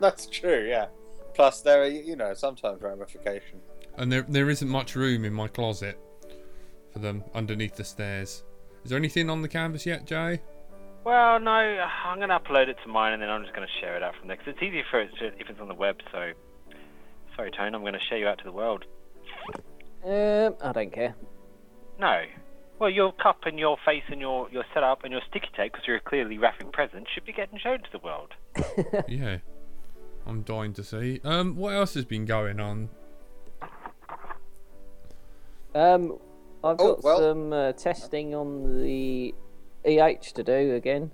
Speaker 4: That's true. Yeah. Plus, there are you know sometimes ramifications.
Speaker 2: and there there isn't much room in my closet for them underneath the stairs. Is there anything on the canvas yet, Jay?
Speaker 1: Well, no, I'm going to upload it to mine and then I'm just going to share it out from there 'cause it's easier for it to, if it's on the web, so. Sorry, Tone, I'm going to share you out to the world.
Speaker 5: Um, I don't care.
Speaker 1: No. Well, your cup and your face and your, your setup and your sticky tape, because you're clearly wrapping presents, should be getting shown to the world.
Speaker 2: yeah. I'm dying to see. Um, what else has been going on?
Speaker 5: Um, I've
Speaker 4: Oh,
Speaker 5: got
Speaker 4: well.
Speaker 5: some uh, testing on the EH to do again.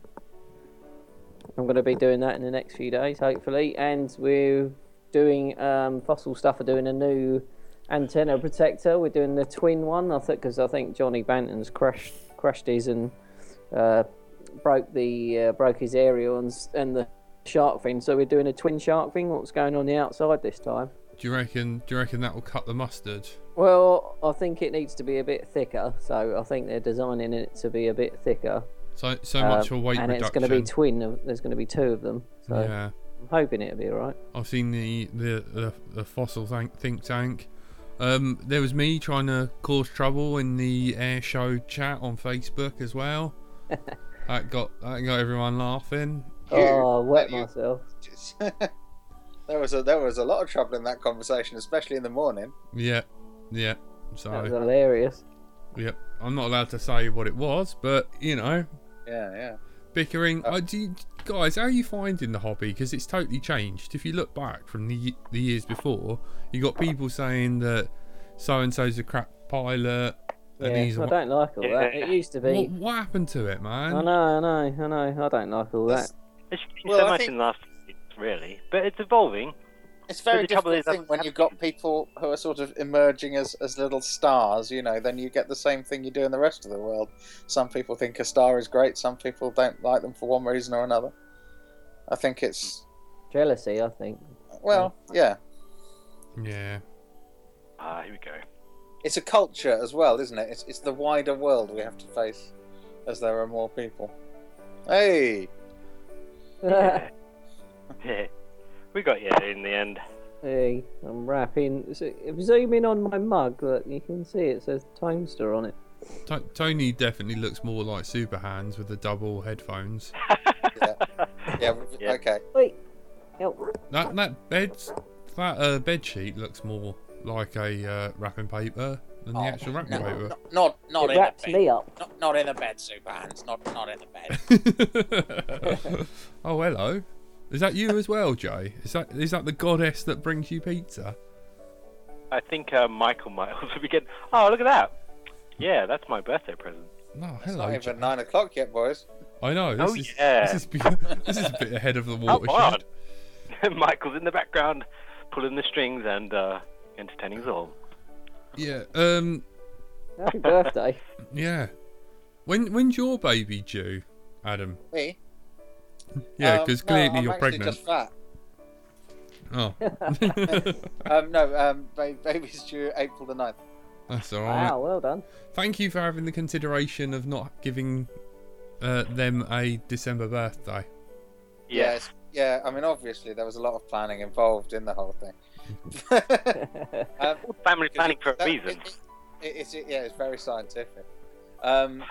Speaker 5: I'm going to be doing that in the next few days, hopefully. And we're doing um, fossil stuff. Are doing a new antenna protector. We're doing the twin one. I think because I think Johnny Banton's crashed crashed his and uh, broke the uh, broke his aerial and s- and the shark fin. So we're doing a twin shark thing. What's going on the outside this time?
Speaker 2: Do you reckon? Do you reckon that will cut the mustard?
Speaker 5: Well, I think it needs to be a bit thicker. So I think they're designing it to be a bit thicker.
Speaker 2: So so
Speaker 5: uh,
Speaker 2: much for weight
Speaker 5: and
Speaker 2: reduction.
Speaker 5: it's going to be twin. of- There's going to be two of them. So
Speaker 2: yeah,
Speaker 5: I'm hoping it'll be all right.
Speaker 2: I've seen the the the, the fossil think, think tank. Um, there was me trying to cause trouble in the air show chat on Facebook as well. that got that got everyone laughing.
Speaker 5: oh, I wet
Speaker 4: you-
Speaker 5: myself.
Speaker 4: there was a there was a lot of trouble in that conversation, especially in the morning.
Speaker 2: Yeah, yeah.
Speaker 5: That was
Speaker 2: So
Speaker 5: hilarious.
Speaker 2: yep, I'm not allowed to say what it was, but you know,
Speaker 4: Yeah, yeah.
Speaker 2: bickering.
Speaker 4: Uh,
Speaker 2: Uh, do you, guys, how are you finding the hobby? Because it's totally changed. If you look back from the y- the years before, you got people saying that so and so's a crap pilot, and
Speaker 5: Yeah,
Speaker 2: he's.
Speaker 5: I
Speaker 2: A,
Speaker 5: don't like all that. It used to
Speaker 2: what,
Speaker 5: be.
Speaker 2: what happened to it, man?
Speaker 5: I know, I know, I know. I don't like all that.
Speaker 4: That's-
Speaker 1: It's changed
Speaker 4: Well,
Speaker 1: so
Speaker 4: I
Speaker 1: much
Speaker 4: think-
Speaker 1: in the last few years, really, but it's evolving.
Speaker 4: It's a very
Speaker 1: the trouble
Speaker 4: difficult
Speaker 1: is,
Speaker 4: thing
Speaker 1: I've-
Speaker 4: when you've got people who are sort of emerging as, as little stars, you know, then you get the same thing you do in the rest of the world. Some people think a star is great, some people don't like them for one reason or another. I think it's
Speaker 5: Jealousy, I think.
Speaker 1: Hmm.
Speaker 4: well, yeah.
Speaker 2: Yeah,
Speaker 1: Ah, here we go.
Speaker 4: It's a culture as well, isn't it? It's it's the wider world we have to face as there are more people. Hey,
Speaker 1: Yeah. yeah. We got yeah in the end.
Speaker 5: Hey, I'm wrapping. So, if you zoom in on my mug, look, you can see it says Timester on it.
Speaker 2: To- Tony definitely looks more like Super Hands with the double headphones.
Speaker 4: yeah, w-
Speaker 1: Yeah.
Speaker 4: okay.
Speaker 5: Wait, help.
Speaker 2: That that bed that uh, bed sheet looks more like a uh, wrapping paper than the actual wrapping paper.
Speaker 4: Not not not
Speaker 5: it wraps me up.
Speaker 4: Not, not in the bed, Superhands. Not not in the bed.
Speaker 2: oh hello. Is that you as well, Jay? Is that is that the goddess that brings you pizza?
Speaker 1: I think uh, Michael might also be getting. Oh, look at that. Yeah, that's my birthday present.
Speaker 2: No,
Speaker 4: It's
Speaker 2: hello.
Speaker 4: not
Speaker 2: Jay.
Speaker 4: even nine o'clock yet, boys.
Speaker 2: I know. This
Speaker 1: Oh,
Speaker 2: is,
Speaker 1: yeah.
Speaker 2: This is, be- this is a bit ahead of the
Speaker 1: odd.
Speaker 2: watershed.
Speaker 1: Michael's in the background, pulling the strings and uh, entertaining us all.
Speaker 2: yeah. Um.
Speaker 5: Happy birthday.
Speaker 2: Yeah. When when's your baby due, Adam?
Speaker 4: Me?
Speaker 2: Yeah,
Speaker 4: Um,
Speaker 2: because
Speaker 4: no,
Speaker 2: clearly
Speaker 4: I'm
Speaker 2: you're
Speaker 4: actually
Speaker 2: pregnant.
Speaker 4: Just fat.
Speaker 2: Oh,
Speaker 4: Um, no, um, ba- baby's due April the 9th.
Speaker 2: that's all right.
Speaker 5: wow, well done.
Speaker 2: Thank you for having the consideration of not giving uh, them a December birthday.
Speaker 1: Yeah.
Speaker 4: it's- yeah. I mean, obviously there was a lot of planning involved in the whole thing. um,
Speaker 1: Family planning for a
Speaker 4: that-
Speaker 1: reason.
Speaker 4: it- it- it's yeah, it's very scientific. Um,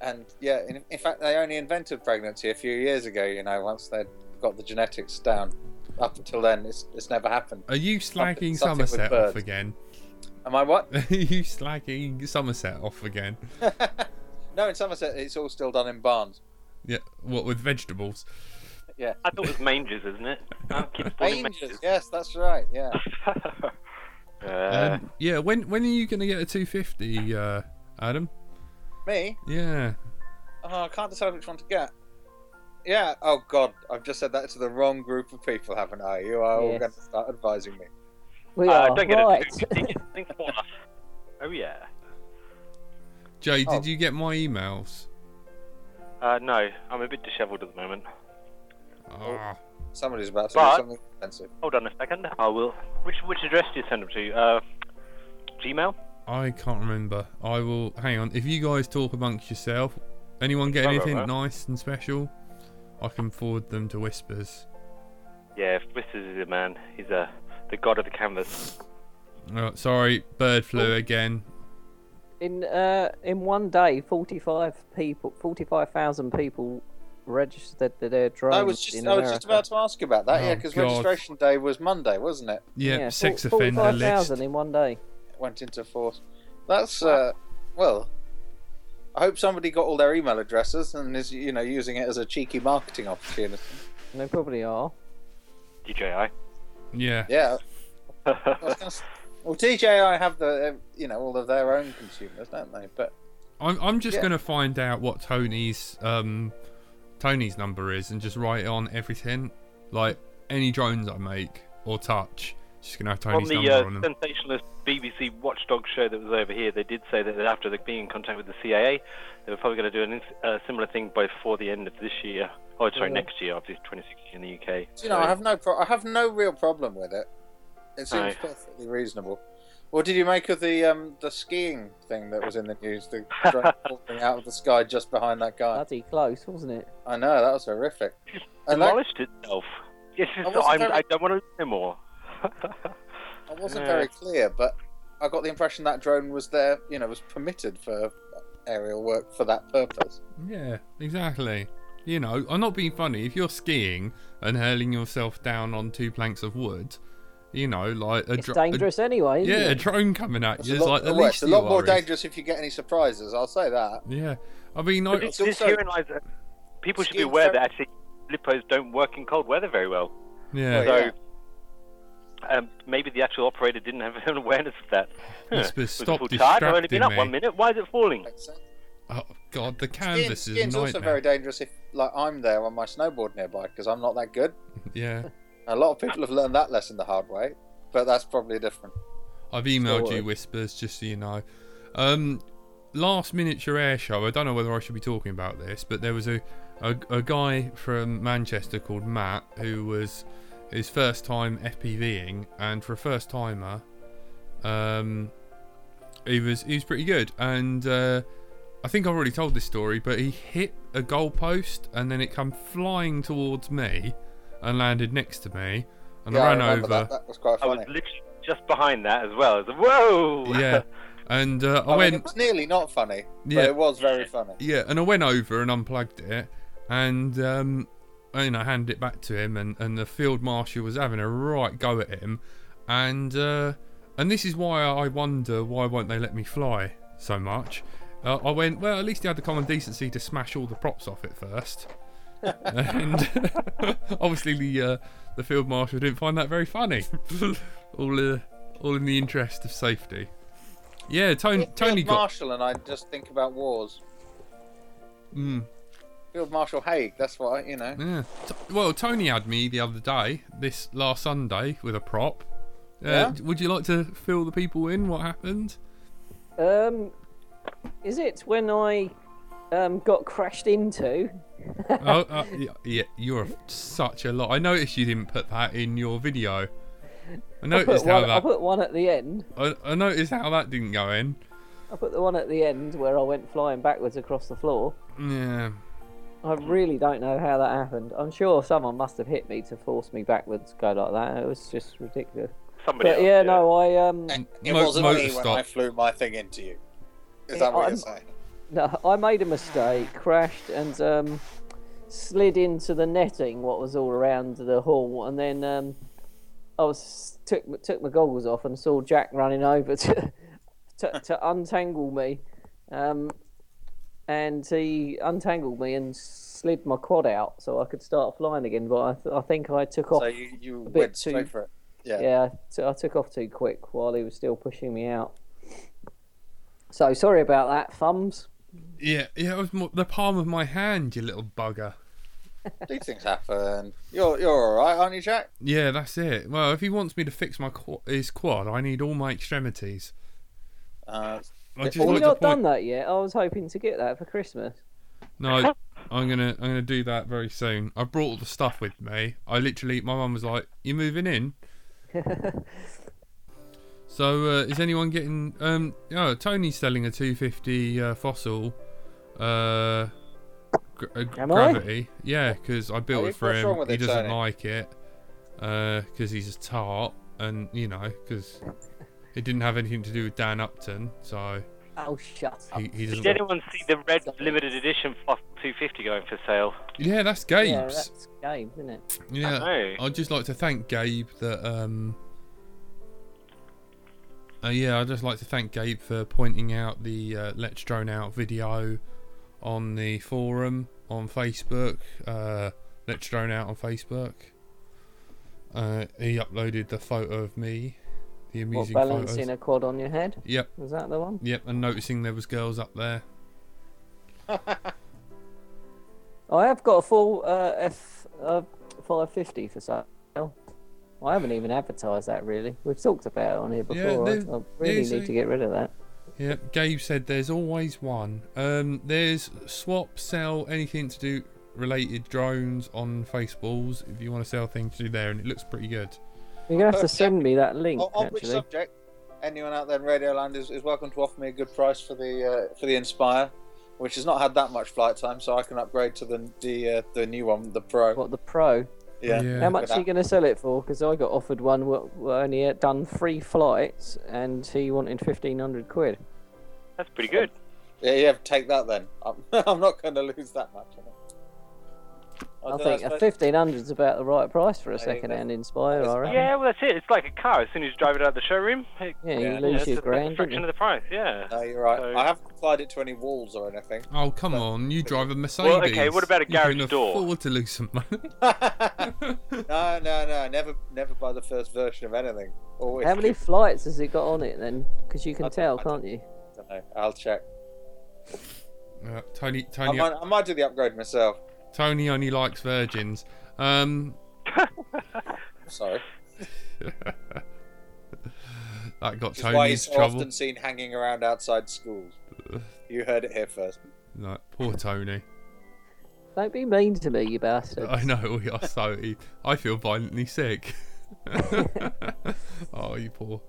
Speaker 4: and yeah, in, in fact, they only invented pregnancy a few years ago. You know, once they got the genetics down. Up until then, it's, it's never happened.
Speaker 2: Are you slagging
Speaker 4: something with
Speaker 2: Somerset off
Speaker 4: birds.
Speaker 2: again?
Speaker 4: Am I what?
Speaker 2: Are you slagging Somerset off again?
Speaker 4: no, in Somerset, it's all still done in barns.
Speaker 2: Yeah, what with vegetables?
Speaker 1: I thought it was Mangers, isn't it? Oh, kids born in
Speaker 4: Angels, yes, that's right. Yeah.
Speaker 1: Mangers. uh,
Speaker 2: Um, yeah. When when are you gonna get a 250, uh, Adam?
Speaker 4: Me?
Speaker 2: Yeah.
Speaker 4: Oh, I can't decide which one to get. Yeah. Oh God, I've just said that to the wrong group of people, haven't I? You are all
Speaker 5: Yes.
Speaker 4: going to start advising me.
Speaker 5: We
Speaker 1: uh,
Speaker 5: are
Speaker 1: don't get
Speaker 5: right.
Speaker 1: it. It's something for us. Oh yeah.
Speaker 2: Jay, did
Speaker 4: Oh.
Speaker 2: you get my emails?
Speaker 1: Uh, no, I'm a bit dishevelled at the moment.
Speaker 2: Ah,
Speaker 4: Somebody's about to
Speaker 1: But-
Speaker 4: do something expensive.
Speaker 1: Hold on a second. I will. Which which address do you send them to? Uh, Gmail.
Speaker 2: I can't remember. I will hang on. If you guys talk amongst yourself, anyone get
Speaker 1: Right, right,
Speaker 2: anything
Speaker 1: right.
Speaker 2: nice and special? I can forward them to Whispers.
Speaker 1: Yeah, Whisters is a man. He's a the god of the canvas.
Speaker 2: Oh, sorry, bird flu
Speaker 1: Oh.
Speaker 2: again.
Speaker 5: In uh, in one day, forty-five people, forty-five thousand people registered their drones
Speaker 4: I was just
Speaker 5: in
Speaker 4: I
Speaker 5: America.
Speaker 4: was just about to ask about that.
Speaker 2: Oh,
Speaker 4: yeah, because
Speaker 2: God.
Speaker 4: registration day was Monday, wasn't it?
Speaker 2: Yeah, sex
Speaker 5: fort-
Speaker 2: offender list.
Speaker 5: 45,000 in one day.
Speaker 4: It went into force. That's uh, well. I hope somebody got all their email addresses and is you know using it as a cheeky marketing opportunity.
Speaker 5: And they probably are.
Speaker 1: DJI.
Speaker 2: Yeah.
Speaker 4: Yeah. I was gonna s- well, DJI have the uh, you know all of their own consumers, don't they? But
Speaker 2: I'm, I'm just
Speaker 4: Yeah.
Speaker 2: gonna find out what Tony's um Tony's number is and just write it on everything, like any drones I make or touch. She's gonna have
Speaker 1: on
Speaker 2: Tony's
Speaker 1: the
Speaker 2: number
Speaker 1: uh,
Speaker 2: on them.
Speaker 1: sensationalist BBC watchdog show that was over here, they did say that after the, being in contact with the CIA, they were probably going to do an, ins- a similar thing before the end of this year. Oh, sorry,
Speaker 5: Yeah.
Speaker 1: next year, obviously, 2016 in the UK.
Speaker 4: Do you know, I have no pro- I have no real problem with it. It seems
Speaker 1: Right.
Speaker 4: perfectly reasonable. What did you make of the um, the skiing thing that was in the news? The drone falling out of the sky just behind that guy.
Speaker 5: Bloody close, wasn't it?
Speaker 4: I know that was horrific. And that-
Speaker 1: demolished itself. It's just,
Speaker 4: I wasn't
Speaker 1: I'm,
Speaker 4: very-
Speaker 1: I don't want to know more.
Speaker 4: I wasn't
Speaker 1: Yeah.
Speaker 4: very clear, but I got the impression that drone was there. You know, was permitted for aerial work for that purpose.
Speaker 2: Yeah, exactly. You know, I'm not being funny. If you're skiing and hurling yourself down on two planks of wood, you know, like a
Speaker 5: It's
Speaker 2: dro- a-
Speaker 5: dangerous anyway. Isn't
Speaker 2: yeah, a
Speaker 5: it?
Speaker 2: drone coming at
Speaker 4: It's
Speaker 2: you
Speaker 4: a
Speaker 2: is
Speaker 4: lot,
Speaker 2: like the
Speaker 4: well,
Speaker 2: least
Speaker 4: it's a
Speaker 2: you
Speaker 4: lot more
Speaker 2: worry.
Speaker 4: dangerous if you get any surprises. I'll say that.
Speaker 2: Yeah, I mean, I,
Speaker 1: This,
Speaker 4: it's
Speaker 1: this
Speaker 4: also-
Speaker 1: herein lies that people should be
Speaker 4: Skiing
Speaker 1: aware
Speaker 4: very-
Speaker 1: that actually lippos don't work in cold weather very well.
Speaker 2: yeah,
Speaker 4: Well,
Speaker 1: So um, maybe the actual operator didn't have an awareness of that.
Speaker 2: Yes, but
Speaker 1: Was it
Speaker 2: stop
Speaker 1: full charge? I've only
Speaker 2: distracting
Speaker 1: been up
Speaker 2: me.
Speaker 1: one minute. Why is it falling?
Speaker 4: Makes sense.
Speaker 2: oh god, the
Speaker 4: Skiing-
Speaker 2: canvas is a
Speaker 4: skiing's
Speaker 2: nightmare.
Speaker 4: also very dangerous if, like, I'm there on my snowboard nearby because I'm not that good.
Speaker 2: Yeah,
Speaker 4: A lot of people have learned that lesson the hard way, but that's probably different.
Speaker 2: I've emailed
Speaker 5: Sorry.
Speaker 2: you whispers just so you know. Um, last miniature air show. I don't know whether I should be talking about this, but there was a a, a guy from Manchester called Matt who was his first time FPVing, and for a first timer, um, he was he was pretty good. And uh, I think I've already told this story, but he hit a goalpost and then it come flying towards me and landed next to me, and I
Speaker 4: I
Speaker 2: ran
Speaker 4: remember
Speaker 2: over.
Speaker 4: that. That was quite
Speaker 1: I was
Speaker 4: funny.
Speaker 1: literally just behind that as well. I was like, whoa!
Speaker 2: yeah. And uh, I
Speaker 4: I mean,
Speaker 2: went.
Speaker 4: it was nearly not funny, but
Speaker 2: Yeah.
Speaker 4: it was very funny.
Speaker 2: Yeah, and I went over and unplugged it, and um, and I handed it back to him, and, and the field marshal was having a right go at him, and uh, and this is why I wonder why won't they let me fly so much. Uh, I went well. At least he had the common decency to smash all the props off it first, and obviously the uh, the field marshal didn't find that very funny. all uh, all in the interest of safety. Yeah, Tony. Tony
Speaker 4: Field
Speaker 2: got.
Speaker 4: Marshal and I just think about wars.
Speaker 2: Mm,
Speaker 4: Field Marshal Haig, that's why, you know.
Speaker 2: Yeah. T- well, Tony had me the other day, this last Sunday, with a prop. Uh,
Speaker 4: Yeah?
Speaker 2: d- Would you like to fill the people in what happened?
Speaker 5: Um, is it when I um got crashed into?
Speaker 2: oh, uh, y- yeah, you're such a lot. I noticed you didn't put that in your video. I
Speaker 5: I put,
Speaker 2: noticed how
Speaker 5: one, I
Speaker 2: that.
Speaker 5: put one at the end.
Speaker 2: I, I noticed how that didn't go in.
Speaker 5: I put the one at the end where I went flying backwards across the floor.
Speaker 2: Yeah.
Speaker 5: I really don't know how that happened. I'm sure someone must have hit me to force me backwards, go like that. It was just ridiculous.
Speaker 1: Somebody
Speaker 5: But
Speaker 1: else,
Speaker 5: yeah, no, I um,
Speaker 4: It
Speaker 2: Mo-
Speaker 4: wasn't
Speaker 2: motor
Speaker 4: me when
Speaker 2: stop.
Speaker 4: I flew my thing into you. Is
Speaker 5: Yeah,
Speaker 4: that what
Speaker 5: I'm-
Speaker 4: you're saying?
Speaker 5: no, I made a mistake, crashed and um, slid into the netting, what was all around the hall, and then um, I was took m- took my goggles off and saw Jack running over to to, to untangle me, um, and he untangled me and slid my quad out so I could start flying again. But I, th- I think I took off.
Speaker 4: So you, you
Speaker 5: bit
Speaker 4: went
Speaker 5: too-
Speaker 4: straight for it. Yeah.
Speaker 5: Yeah, I t- I took off too quick while he was still pushing me out. So sorry about that, thumbs.
Speaker 2: Yeah, yeah, it was mo- the palm of my hand, you little bugger.
Speaker 4: These things happen. You're, you're alright, aren't you, Jack?
Speaker 2: Yeah, that's it. Well, if he wants me to fix my qu- his quad, I need all my extremities.
Speaker 4: Uh,
Speaker 2: I just
Speaker 5: Have you
Speaker 2: like to
Speaker 5: not
Speaker 2: point-
Speaker 5: done that yet? I was hoping to get that for Christmas.
Speaker 2: No, I'm gonna I'm gonna do that very soon. I brought all the stuff with me. I literally, my mum was like, "You moving in?" so uh, is anyone getting? Um, oh, Tony's selling a 250 uh, fossil. Uh, gr- uh, gr-
Speaker 5: Am I?
Speaker 2: gravity. Yeah, because I built
Speaker 4: Oh,
Speaker 2: it for
Speaker 4: what's wrong
Speaker 2: him.
Speaker 4: with
Speaker 2: He
Speaker 4: it,
Speaker 2: doesn't
Speaker 4: Tony?
Speaker 2: like it because he's a tart, and you know because it didn't have anything to do with Dan Upton, so
Speaker 5: Oh, shut up.
Speaker 2: he, he doesn't.
Speaker 1: Did anyone see the red limited edition Fox 250 going for sale?
Speaker 2: yeah, that's Gabe's.
Speaker 5: Yeah, that's games, isn't it?
Speaker 2: Yeah,
Speaker 1: I know.
Speaker 2: I'd just like to thank Gabe that. Um, uh, yeah, I'd just like to thank Gabe for pointing out the uh, Let's Drone Out video on the forum on Facebook. Uh, Let's Drone Out on Facebook. Uh, he uploaded the photo of me, the
Speaker 5: What,
Speaker 2: amusing
Speaker 5: balancing
Speaker 2: photos.
Speaker 5: a quad on your head?
Speaker 2: Yep,
Speaker 5: Was that the one?
Speaker 2: yep, and noticing there was girls up there.
Speaker 5: I have got a full uh, F uh, 550 for sale I haven't even advertised that really. We've talked about it on here
Speaker 2: Yeah,
Speaker 5: before. I,
Speaker 2: they-
Speaker 5: I really
Speaker 2: yeah,
Speaker 5: need
Speaker 2: so-
Speaker 5: to get rid of that.
Speaker 2: Yep, Gabe said there's always one. Um, there's swap, sell anything to do related drones on Faceballs if you want to sell things to do there, and it looks pretty good.
Speaker 5: You're
Speaker 2: uh,
Speaker 5: gonna have to
Speaker 4: Perfect.
Speaker 5: send me that link
Speaker 4: On, on which
Speaker 5: actually.
Speaker 4: subject, anyone out there in Radio Land is, is welcome to offer me a good price for the uh, for the Inspire, which has not had that much flight time, so I can upgrade to the the uh, the new one, the Pro.
Speaker 5: What the pro?
Speaker 4: Yeah.
Speaker 5: How much are you going to sell it for? Because I got offered one wh- wh- only had done three flights, and he wanted fifteen hundred quid.
Speaker 1: That's pretty good.
Speaker 4: yeah, yeah. Take that then. I'm, I'm not going to lose that much. am I,
Speaker 5: I
Speaker 4: dunno,
Speaker 5: think
Speaker 4: suppose-
Speaker 5: fifteen hundred's about the right price for a
Speaker 4: There you go.
Speaker 5: second-hand Inspire. I reckon.
Speaker 1: Yeah, well, that's it. It's like a car. As soon as you drive it out of the showroom, it,
Speaker 5: Yeah,
Speaker 4: Yeah,
Speaker 5: you lose
Speaker 1: it's
Speaker 5: your
Speaker 1: a
Speaker 5: grand. don't
Speaker 1: fraction
Speaker 5: you?
Speaker 1: of the price. Yeah.
Speaker 4: No, you're right.
Speaker 1: So-
Speaker 4: I haven't applied it to any walls or anything.
Speaker 2: Oh come on, you drive a Mercedes.
Speaker 1: Well, okay, what about a
Speaker 2: you can
Speaker 1: garage door?
Speaker 2: afford to lose some money.
Speaker 4: no, no, no. Never, never buy the first version of anything. Always.
Speaker 5: How many
Speaker 4: keep-
Speaker 5: flights has it got on it then? Because you
Speaker 4: I
Speaker 5: can
Speaker 4: don't-
Speaker 5: tell,
Speaker 4: I don't-
Speaker 5: can't you?
Speaker 4: Dunno, I'll check.
Speaker 2: Uh, Tony,
Speaker 4: I
Speaker 2: Tony,
Speaker 4: might, I might do the upgrade myself.
Speaker 2: Tony only likes virgins. Um,
Speaker 4: Sorry.
Speaker 2: that got
Speaker 4: Which is why he's
Speaker 2: Tony's
Speaker 4: so
Speaker 2: trouble.
Speaker 4: often seen hanging around outside schools. You heard it here first.
Speaker 2: No, poor Tony.
Speaker 5: Don't be mean to me, you bastard.
Speaker 2: I know we are so. e- I feel violently sick. oh, you poor.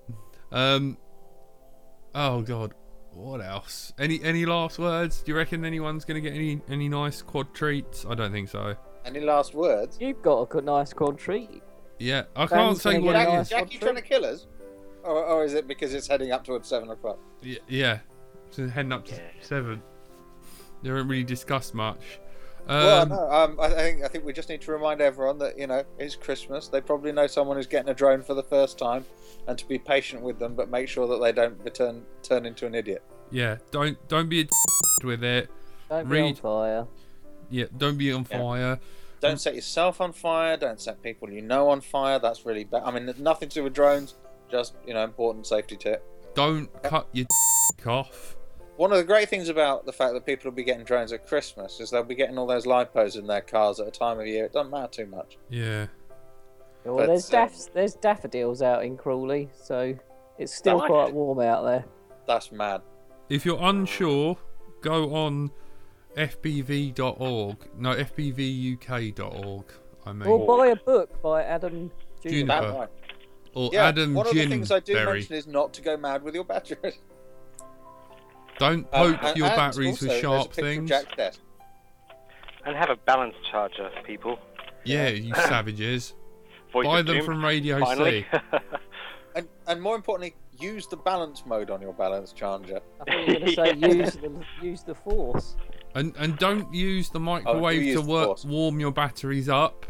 Speaker 2: Um. Oh God, what else? Any any last words? Do you reckon anyone's gonna get any any nice quad treats? I don't think so.
Speaker 4: Any last words?
Speaker 5: You've got a good, nice quad treat.
Speaker 2: Yeah, I
Speaker 5: Ben's
Speaker 2: can't say
Speaker 5: gonna
Speaker 2: what it
Speaker 5: get a
Speaker 2: is.
Speaker 5: nice-
Speaker 4: Jackie trying to kill us? Or, or is it because it's heading up towards seven o'clock?
Speaker 2: Y- Yeah, so heading up to seven. They haven't really discussed much. Um,
Speaker 4: well, no. Um, I think I think we just need to remind everyone that you know it's Christmas. They probably know someone who's getting a drone for the first time, and to be patient with them, but make sure that they don't return turn into an idiot.
Speaker 2: Yeah, don't don't be a d- with it.
Speaker 5: Don't be on
Speaker 2: Read-
Speaker 5: fire.
Speaker 2: Yeah, don't be on
Speaker 4: Yeah.
Speaker 2: fire.
Speaker 4: Don't set yourself on fire. Don't set people you know on fire. That's really bad. I mean, there's nothing to do with drones. Just you know, important safety tip.
Speaker 2: Don't cut your d- off.
Speaker 4: One of the great things about the fact that people will be getting drones at Christmas is they'll be getting all those lipos in their cars at a time of year. It doesn't matter too much.
Speaker 2: Yeah.
Speaker 5: Well, there's,
Speaker 4: But, uh,
Speaker 5: daff- there's daffodils out in Crawley, so it's still
Speaker 1: like
Speaker 5: quite
Speaker 1: it.
Speaker 5: warm out there.
Speaker 4: That's mad.
Speaker 2: If you're unsure, go on fbv.org. No, fbvuk.org. I mean,
Speaker 5: Or
Speaker 2: or,
Speaker 5: buy a book by Adam Juniper.
Speaker 2: Juniper.
Speaker 4: Oh, That right. Yeah,
Speaker 2: Adam
Speaker 4: one of the things I do
Speaker 2: Ginberry.
Speaker 4: mention is not to go mad with your batteries.
Speaker 2: Don't
Speaker 4: Uh,
Speaker 2: poke
Speaker 4: and-
Speaker 2: your
Speaker 4: and
Speaker 2: batteries
Speaker 4: also,
Speaker 2: with
Speaker 4: there's a
Speaker 2: sharp
Speaker 4: picture of
Speaker 2: things.
Speaker 4: Jack's desk.
Speaker 1: And have a balance charger, people.
Speaker 2: Yeah, you savages.
Speaker 1: Voice
Speaker 2: Buy
Speaker 1: of
Speaker 2: them
Speaker 1: doom,
Speaker 2: from Radio
Speaker 1: finally.
Speaker 2: C.
Speaker 4: And, and more importantly, use the balance mode on your balance charger.
Speaker 5: I thought you were going to say use, the, use the force.
Speaker 2: And and don't use the microwave
Speaker 4: Oh, use
Speaker 2: to
Speaker 4: the
Speaker 2: work,
Speaker 4: force.
Speaker 2: warm your batteries up.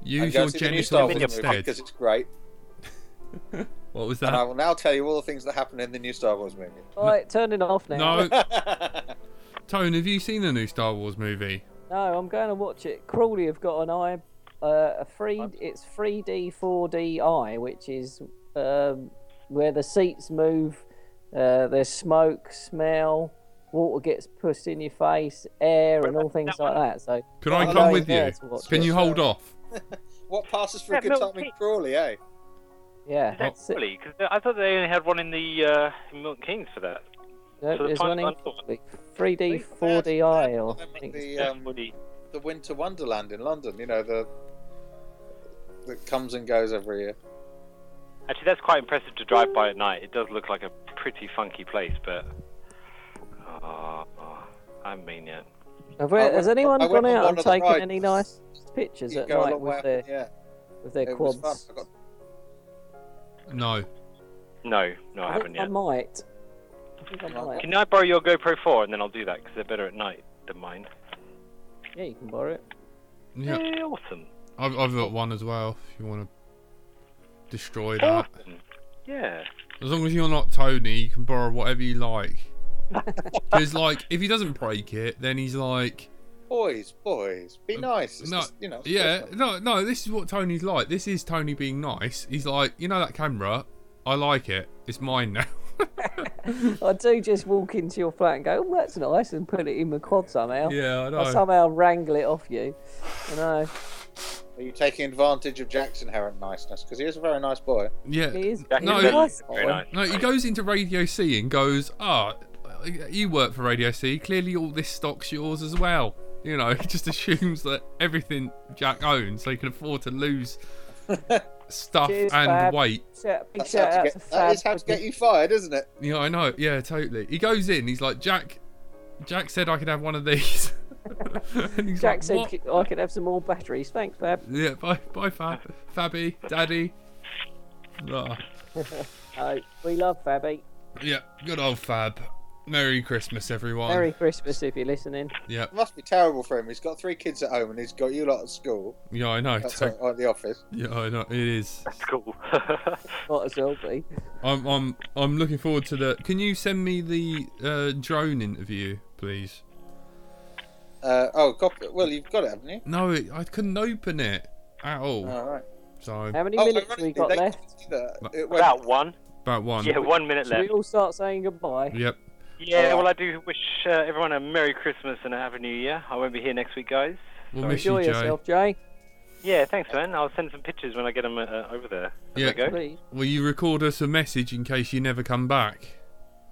Speaker 4: And
Speaker 2: Use
Speaker 4: go
Speaker 2: your
Speaker 4: see the new Star
Speaker 2: genitals
Speaker 4: Wars movie
Speaker 2: instead.
Speaker 4: because it's great.
Speaker 2: What was
Speaker 4: And I
Speaker 2: that?
Speaker 4: will now tell you all the things that happen in the new Star Wars movie.
Speaker 5: Right, turn it off now.
Speaker 2: No, Tone, have you seen the new Star Wars movie?
Speaker 5: No, I'm going to watch it. Crawley have got an eye, uh, a free. It's 3D, 4D eye, which is um, where the seats move. Uh, there's smoke, smell, water gets pushed in your face, air, and all things like that. So
Speaker 2: Could
Speaker 4: Oh,
Speaker 2: I
Speaker 4: no,
Speaker 2: come
Speaker 4: he's
Speaker 2: with
Speaker 5: there
Speaker 2: you?
Speaker 5: to watch
Speaker 2: Can
Speaker 5: it.
Speaker 2: you hold off?
Speaker 4: what passes for a
Speaker 1: That
Speaker 4: good
Speaker 1: milk
Speaker 4: time in
Speaker 1: tea.
Speaker 4: Crawley, eh?
Speaker 5: yeah, that's
Speaker 1: That's
Speaker 5: it.
Speaker 1: silly, 'cause I thought they only had one in the uh, in Milton Kings for that.
Speaker 5: No,
Speaker 1: So the
Speaker 5: there's
Speaker 1: time-
Speaker 5: one in
Speaker 1: time-
Speaker 5: Uh, Crawley. 3D,
Speaker 4: They-
Speaker 5: 4D
Speaker 4: they're-
Speaker 5: eye,
Speaker 4: they're
Speaker 5: or
Speaker 4: the-
Speaker 5: I think it's-
Speaker 4: the,
Speaker 1: That's
Speaker 4: um,
Speaker 1: bloody-
Speaker 4: the Winter Wonderland in London. You know the that comes and goes every year.
Speaker 1: Actually, that's quite impressive to drive by at night. It does look like a pretty funky place, but. Oh, oh, I mean it.
Speaker 5: Have
Speaker 4: I
Speaker 5: we-
Speaker 4: went-
Speaker 5: has anyone
Speaker 4: I went
Speaker 5: gone
Speaker 4: on
Speaker 5: out
Speaker 4: one
Speaker 5: and
Speaker 4: of the
Speaker 5: taken
Speaker 4: rides.
Speaker 5: any nice pictures
Speaker 4: You
Speaker 5: at
Speaker 4: go a
Speaker 5: night
Speaker 4: long way
Speaker 5: with
Speaker 4: up-
Speaker 5: their
Speaker 4: yeah,
Speaker 5: with their
Speaker 4: it was
Speaker 5: quads?
Speaker 4: fun. I got-
Speaker 2: No.
Speaker 1: No, no, I,
Speaker 5: I
Speaker 1: haven't
Speaker 5: think I
Speaker 1: yet.
Speaker 5: might. I think I
Speaker 4: No.
Speaker 5: might.
Speaker 1: Can I borrow your GoPro 4 and then I'll do that because they're better at night than mine?
Speaker 5: Yeah, you can borrow it.
Speaker 2: Yeah.
Speaker 1: Eh, awesome.
Speaker 2: I've, I've got one as well. If you want to destroy that,
Speaker 1: Awesome. Yeah.
Speaker 2: as long as you're not Tony, you can borrow whatever you like. Because like, if he doesn't break it, then he's like,
Speaker 4: Boys, boys, be nice. It's
Speaker 2: Mm. no,
Speaker 4: just, you know, it's
Speaker 2: yeah,
Speaker 4: Christmas.
Speaker 2: no, no. This is what Tony's like. This is Tony being nice. He's like, you know that camera, I like it. It's mine now.
Speaker 5: I do just walk into your flat and go, oh, that's nice, and put it in my quad somehow.
Speaker 2: yeah, I
Speaker 5: I
Speaker 2: know.
Speaker 5: somehow wrangle it off you. I know.
Speaker 4: Are you taking advantage of Jack's inherent niceness? Because he is a very nice boy.
Speaker 2: Yeah.
Speaker 5: He is.
Speaker 1: Jack
Speaker 2: No,
Speaker 1: is very,
Speaker 5: nice.
Speaker 1: very nice.
Speaker 2: No, he goes into Radio C and goes, ah, you work for Radio C. Clearly, all this stock's yours as well. You know, he just assumes that everything Jack owns, so he can afford to lose stuff
Speaker 5: Cheers,
Speaker 2: and
Speaker 5: Fab.
Speaker 2: weight.
Speaker 5: Shout- Big
Speaker 4: That's how
Speaker 5: shout
Speaker 4: to
Speaker 5: out
Speaker 4: get,
Speaker 5: to
Speaker 4: that
Speaker 5: Fab.
Speaker 4: is how to
Speaker 5: for
Speaker 4: get you fired, isn't it?
Speaker 2: Yeah, I know. Yeah, totally. He goes in. He's like, Jack. Jack said I could have one of these. and he's
Speaker 5: Jack
Speaker 2: like,
Speaker 5: said
Speaker 2: "What?"
Speaker 5: "C- I could have some more batteries. Thanks, Fab.
Speaker 2: Yeah, bye, bye, Fab, Fabby, Daddy. Ah,
Speaker 5: Oh, we love Fabby.
Speaker 2: yeah, good old Fab. Merry Christmas, everyone.
Speaker 5: Merry Christmas if you're listening.
Speaker 2: Yeah,
Speaker 4: It must be terrible for him. He's got three kids at home and he's got you lot at school,
Speaker 2: yeah, I know.
Speaker 4: at, sorry, or at the office.
Speaker 2: Yeah, I know. It is.
Speaker 1: Cool.
Speaker 5: Might as well be.
Speaker 2: I'm, I'm, I'm looking forward to the. Can you send me the uh, drone interview, please?
Speaker 4: Uh, oh, copy. well, you've got it, haven't you?
Speaker 2: No, it, I couldn't open it at all.
Speaker 1: Uh,
Speaker 4: All right.
Speaker 2: so
Speaker 5: How many
Speaker 4: Oh,
Speaker 5: minutes have we
Speaker 4: ironically,
Speaker 5: got
Speaker 4: they-
Speaker 5: left?
Speaker 4: that- it went-
Speaker 1: About one.
Speaker 2: about one.
Speaker 1: Yeah, one minute
Speaker 5: Should we
Speaker 1: left.
Speaker 5: all start saying goodbye?
Speaker 2: Yep.
Speaker 1: Yeah,
Speaker 4: Alright.
Speaker 1: well, I do wish uh, everyone a Merry Christmas and a Happy New Year. I won't be here next week, guys.
Speaker 2: We'll
Speaker 1: Sorry.
Speaker 2: miss you,
Speaker 5: Enjoy
Speaker 2: Joe.
Speaker 5: yourself, Jay.
Speaker 1: Yeah, thanks, man. I'll send some pictures when I get them uh, uh, over there. There
Speaker 2: Yeah.
Speaker 1: we go.
Speaker 5: Please.
Speaker 2: Will you record us a message in case you never come back?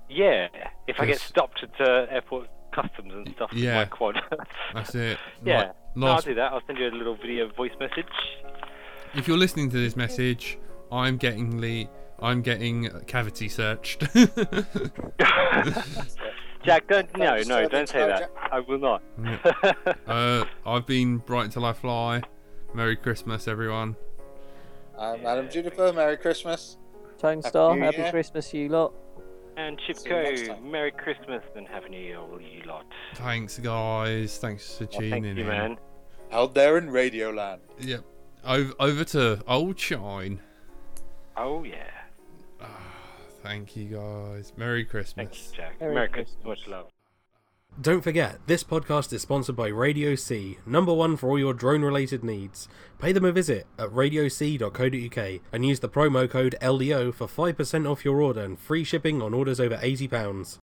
Speaker 1: Yeah, if I get
Speaker 2: Yes.
Speaker 1: stopped at uh, airport customs and stuff with
Speaker 2: Yeah.
Speaker 1: my quad.
Speaker 2: That's it.
Speaker 1: yeah,
Speaker 2: Right,
Speaker 1: no, I'll
Speaker 2: last,
Speaker 1: do that. I'll send you a little video voice message.
Speaker 2: if you're listening to this message, I'm getting Lee. I'm getting cavity searched.
Speaker 1: Jack, don't no,
Speaker 4: Thanks,
Speaker 1: no,
Speaker 4: uh,
Speaker 1: don't
Speaker 4: thanks,
Speaker 1: say
Speaker 4: uh,
Speaker 1: that.
Speaker 4: Jack.
Speaker 1: I will not.
Speaker 2: uh, I've been bright till I fly. Merry Christmas, everyone.
Speaker 4: I'm Adam Uh, Juniper. Merry Christmas.
Speaker 5: Tone Star,
Speaker 4: New
Speaker 5: happy
Speaker 4: Year.
Speaker 5: Christmas, you lot.
Speaker 1: and
Speaker 4: See you next
Speaker 1: Chipko,
Speaker 4: time.
Speaker 1: Merry Christmas and Happy New Year, all you lot.
Speaker 2: Thanks, guys. Thanks for tuning
Speaker 1: Well, thank
Speaker 2: in.
Speaker 1: you, man.
Speaker 4: Out there in Radio Land.
Speaker 2: Yep. Over, over to old shine.
Speaker 1: Oh yeah,
Speaker 2: Thank you, guys. Merry Christmas.
Speaker 1: thank you, Jack.
Speaker 5: Merry
Speaker 1: Merry Christmas, much love.
Speaker 3: Don't forget, this podcast is sponsored by Radio C, number one for all your drone related needs. Pay them a visit at radioc.co.uk and use the promo code LDO for 5% off your order and free shipping on orders over £80.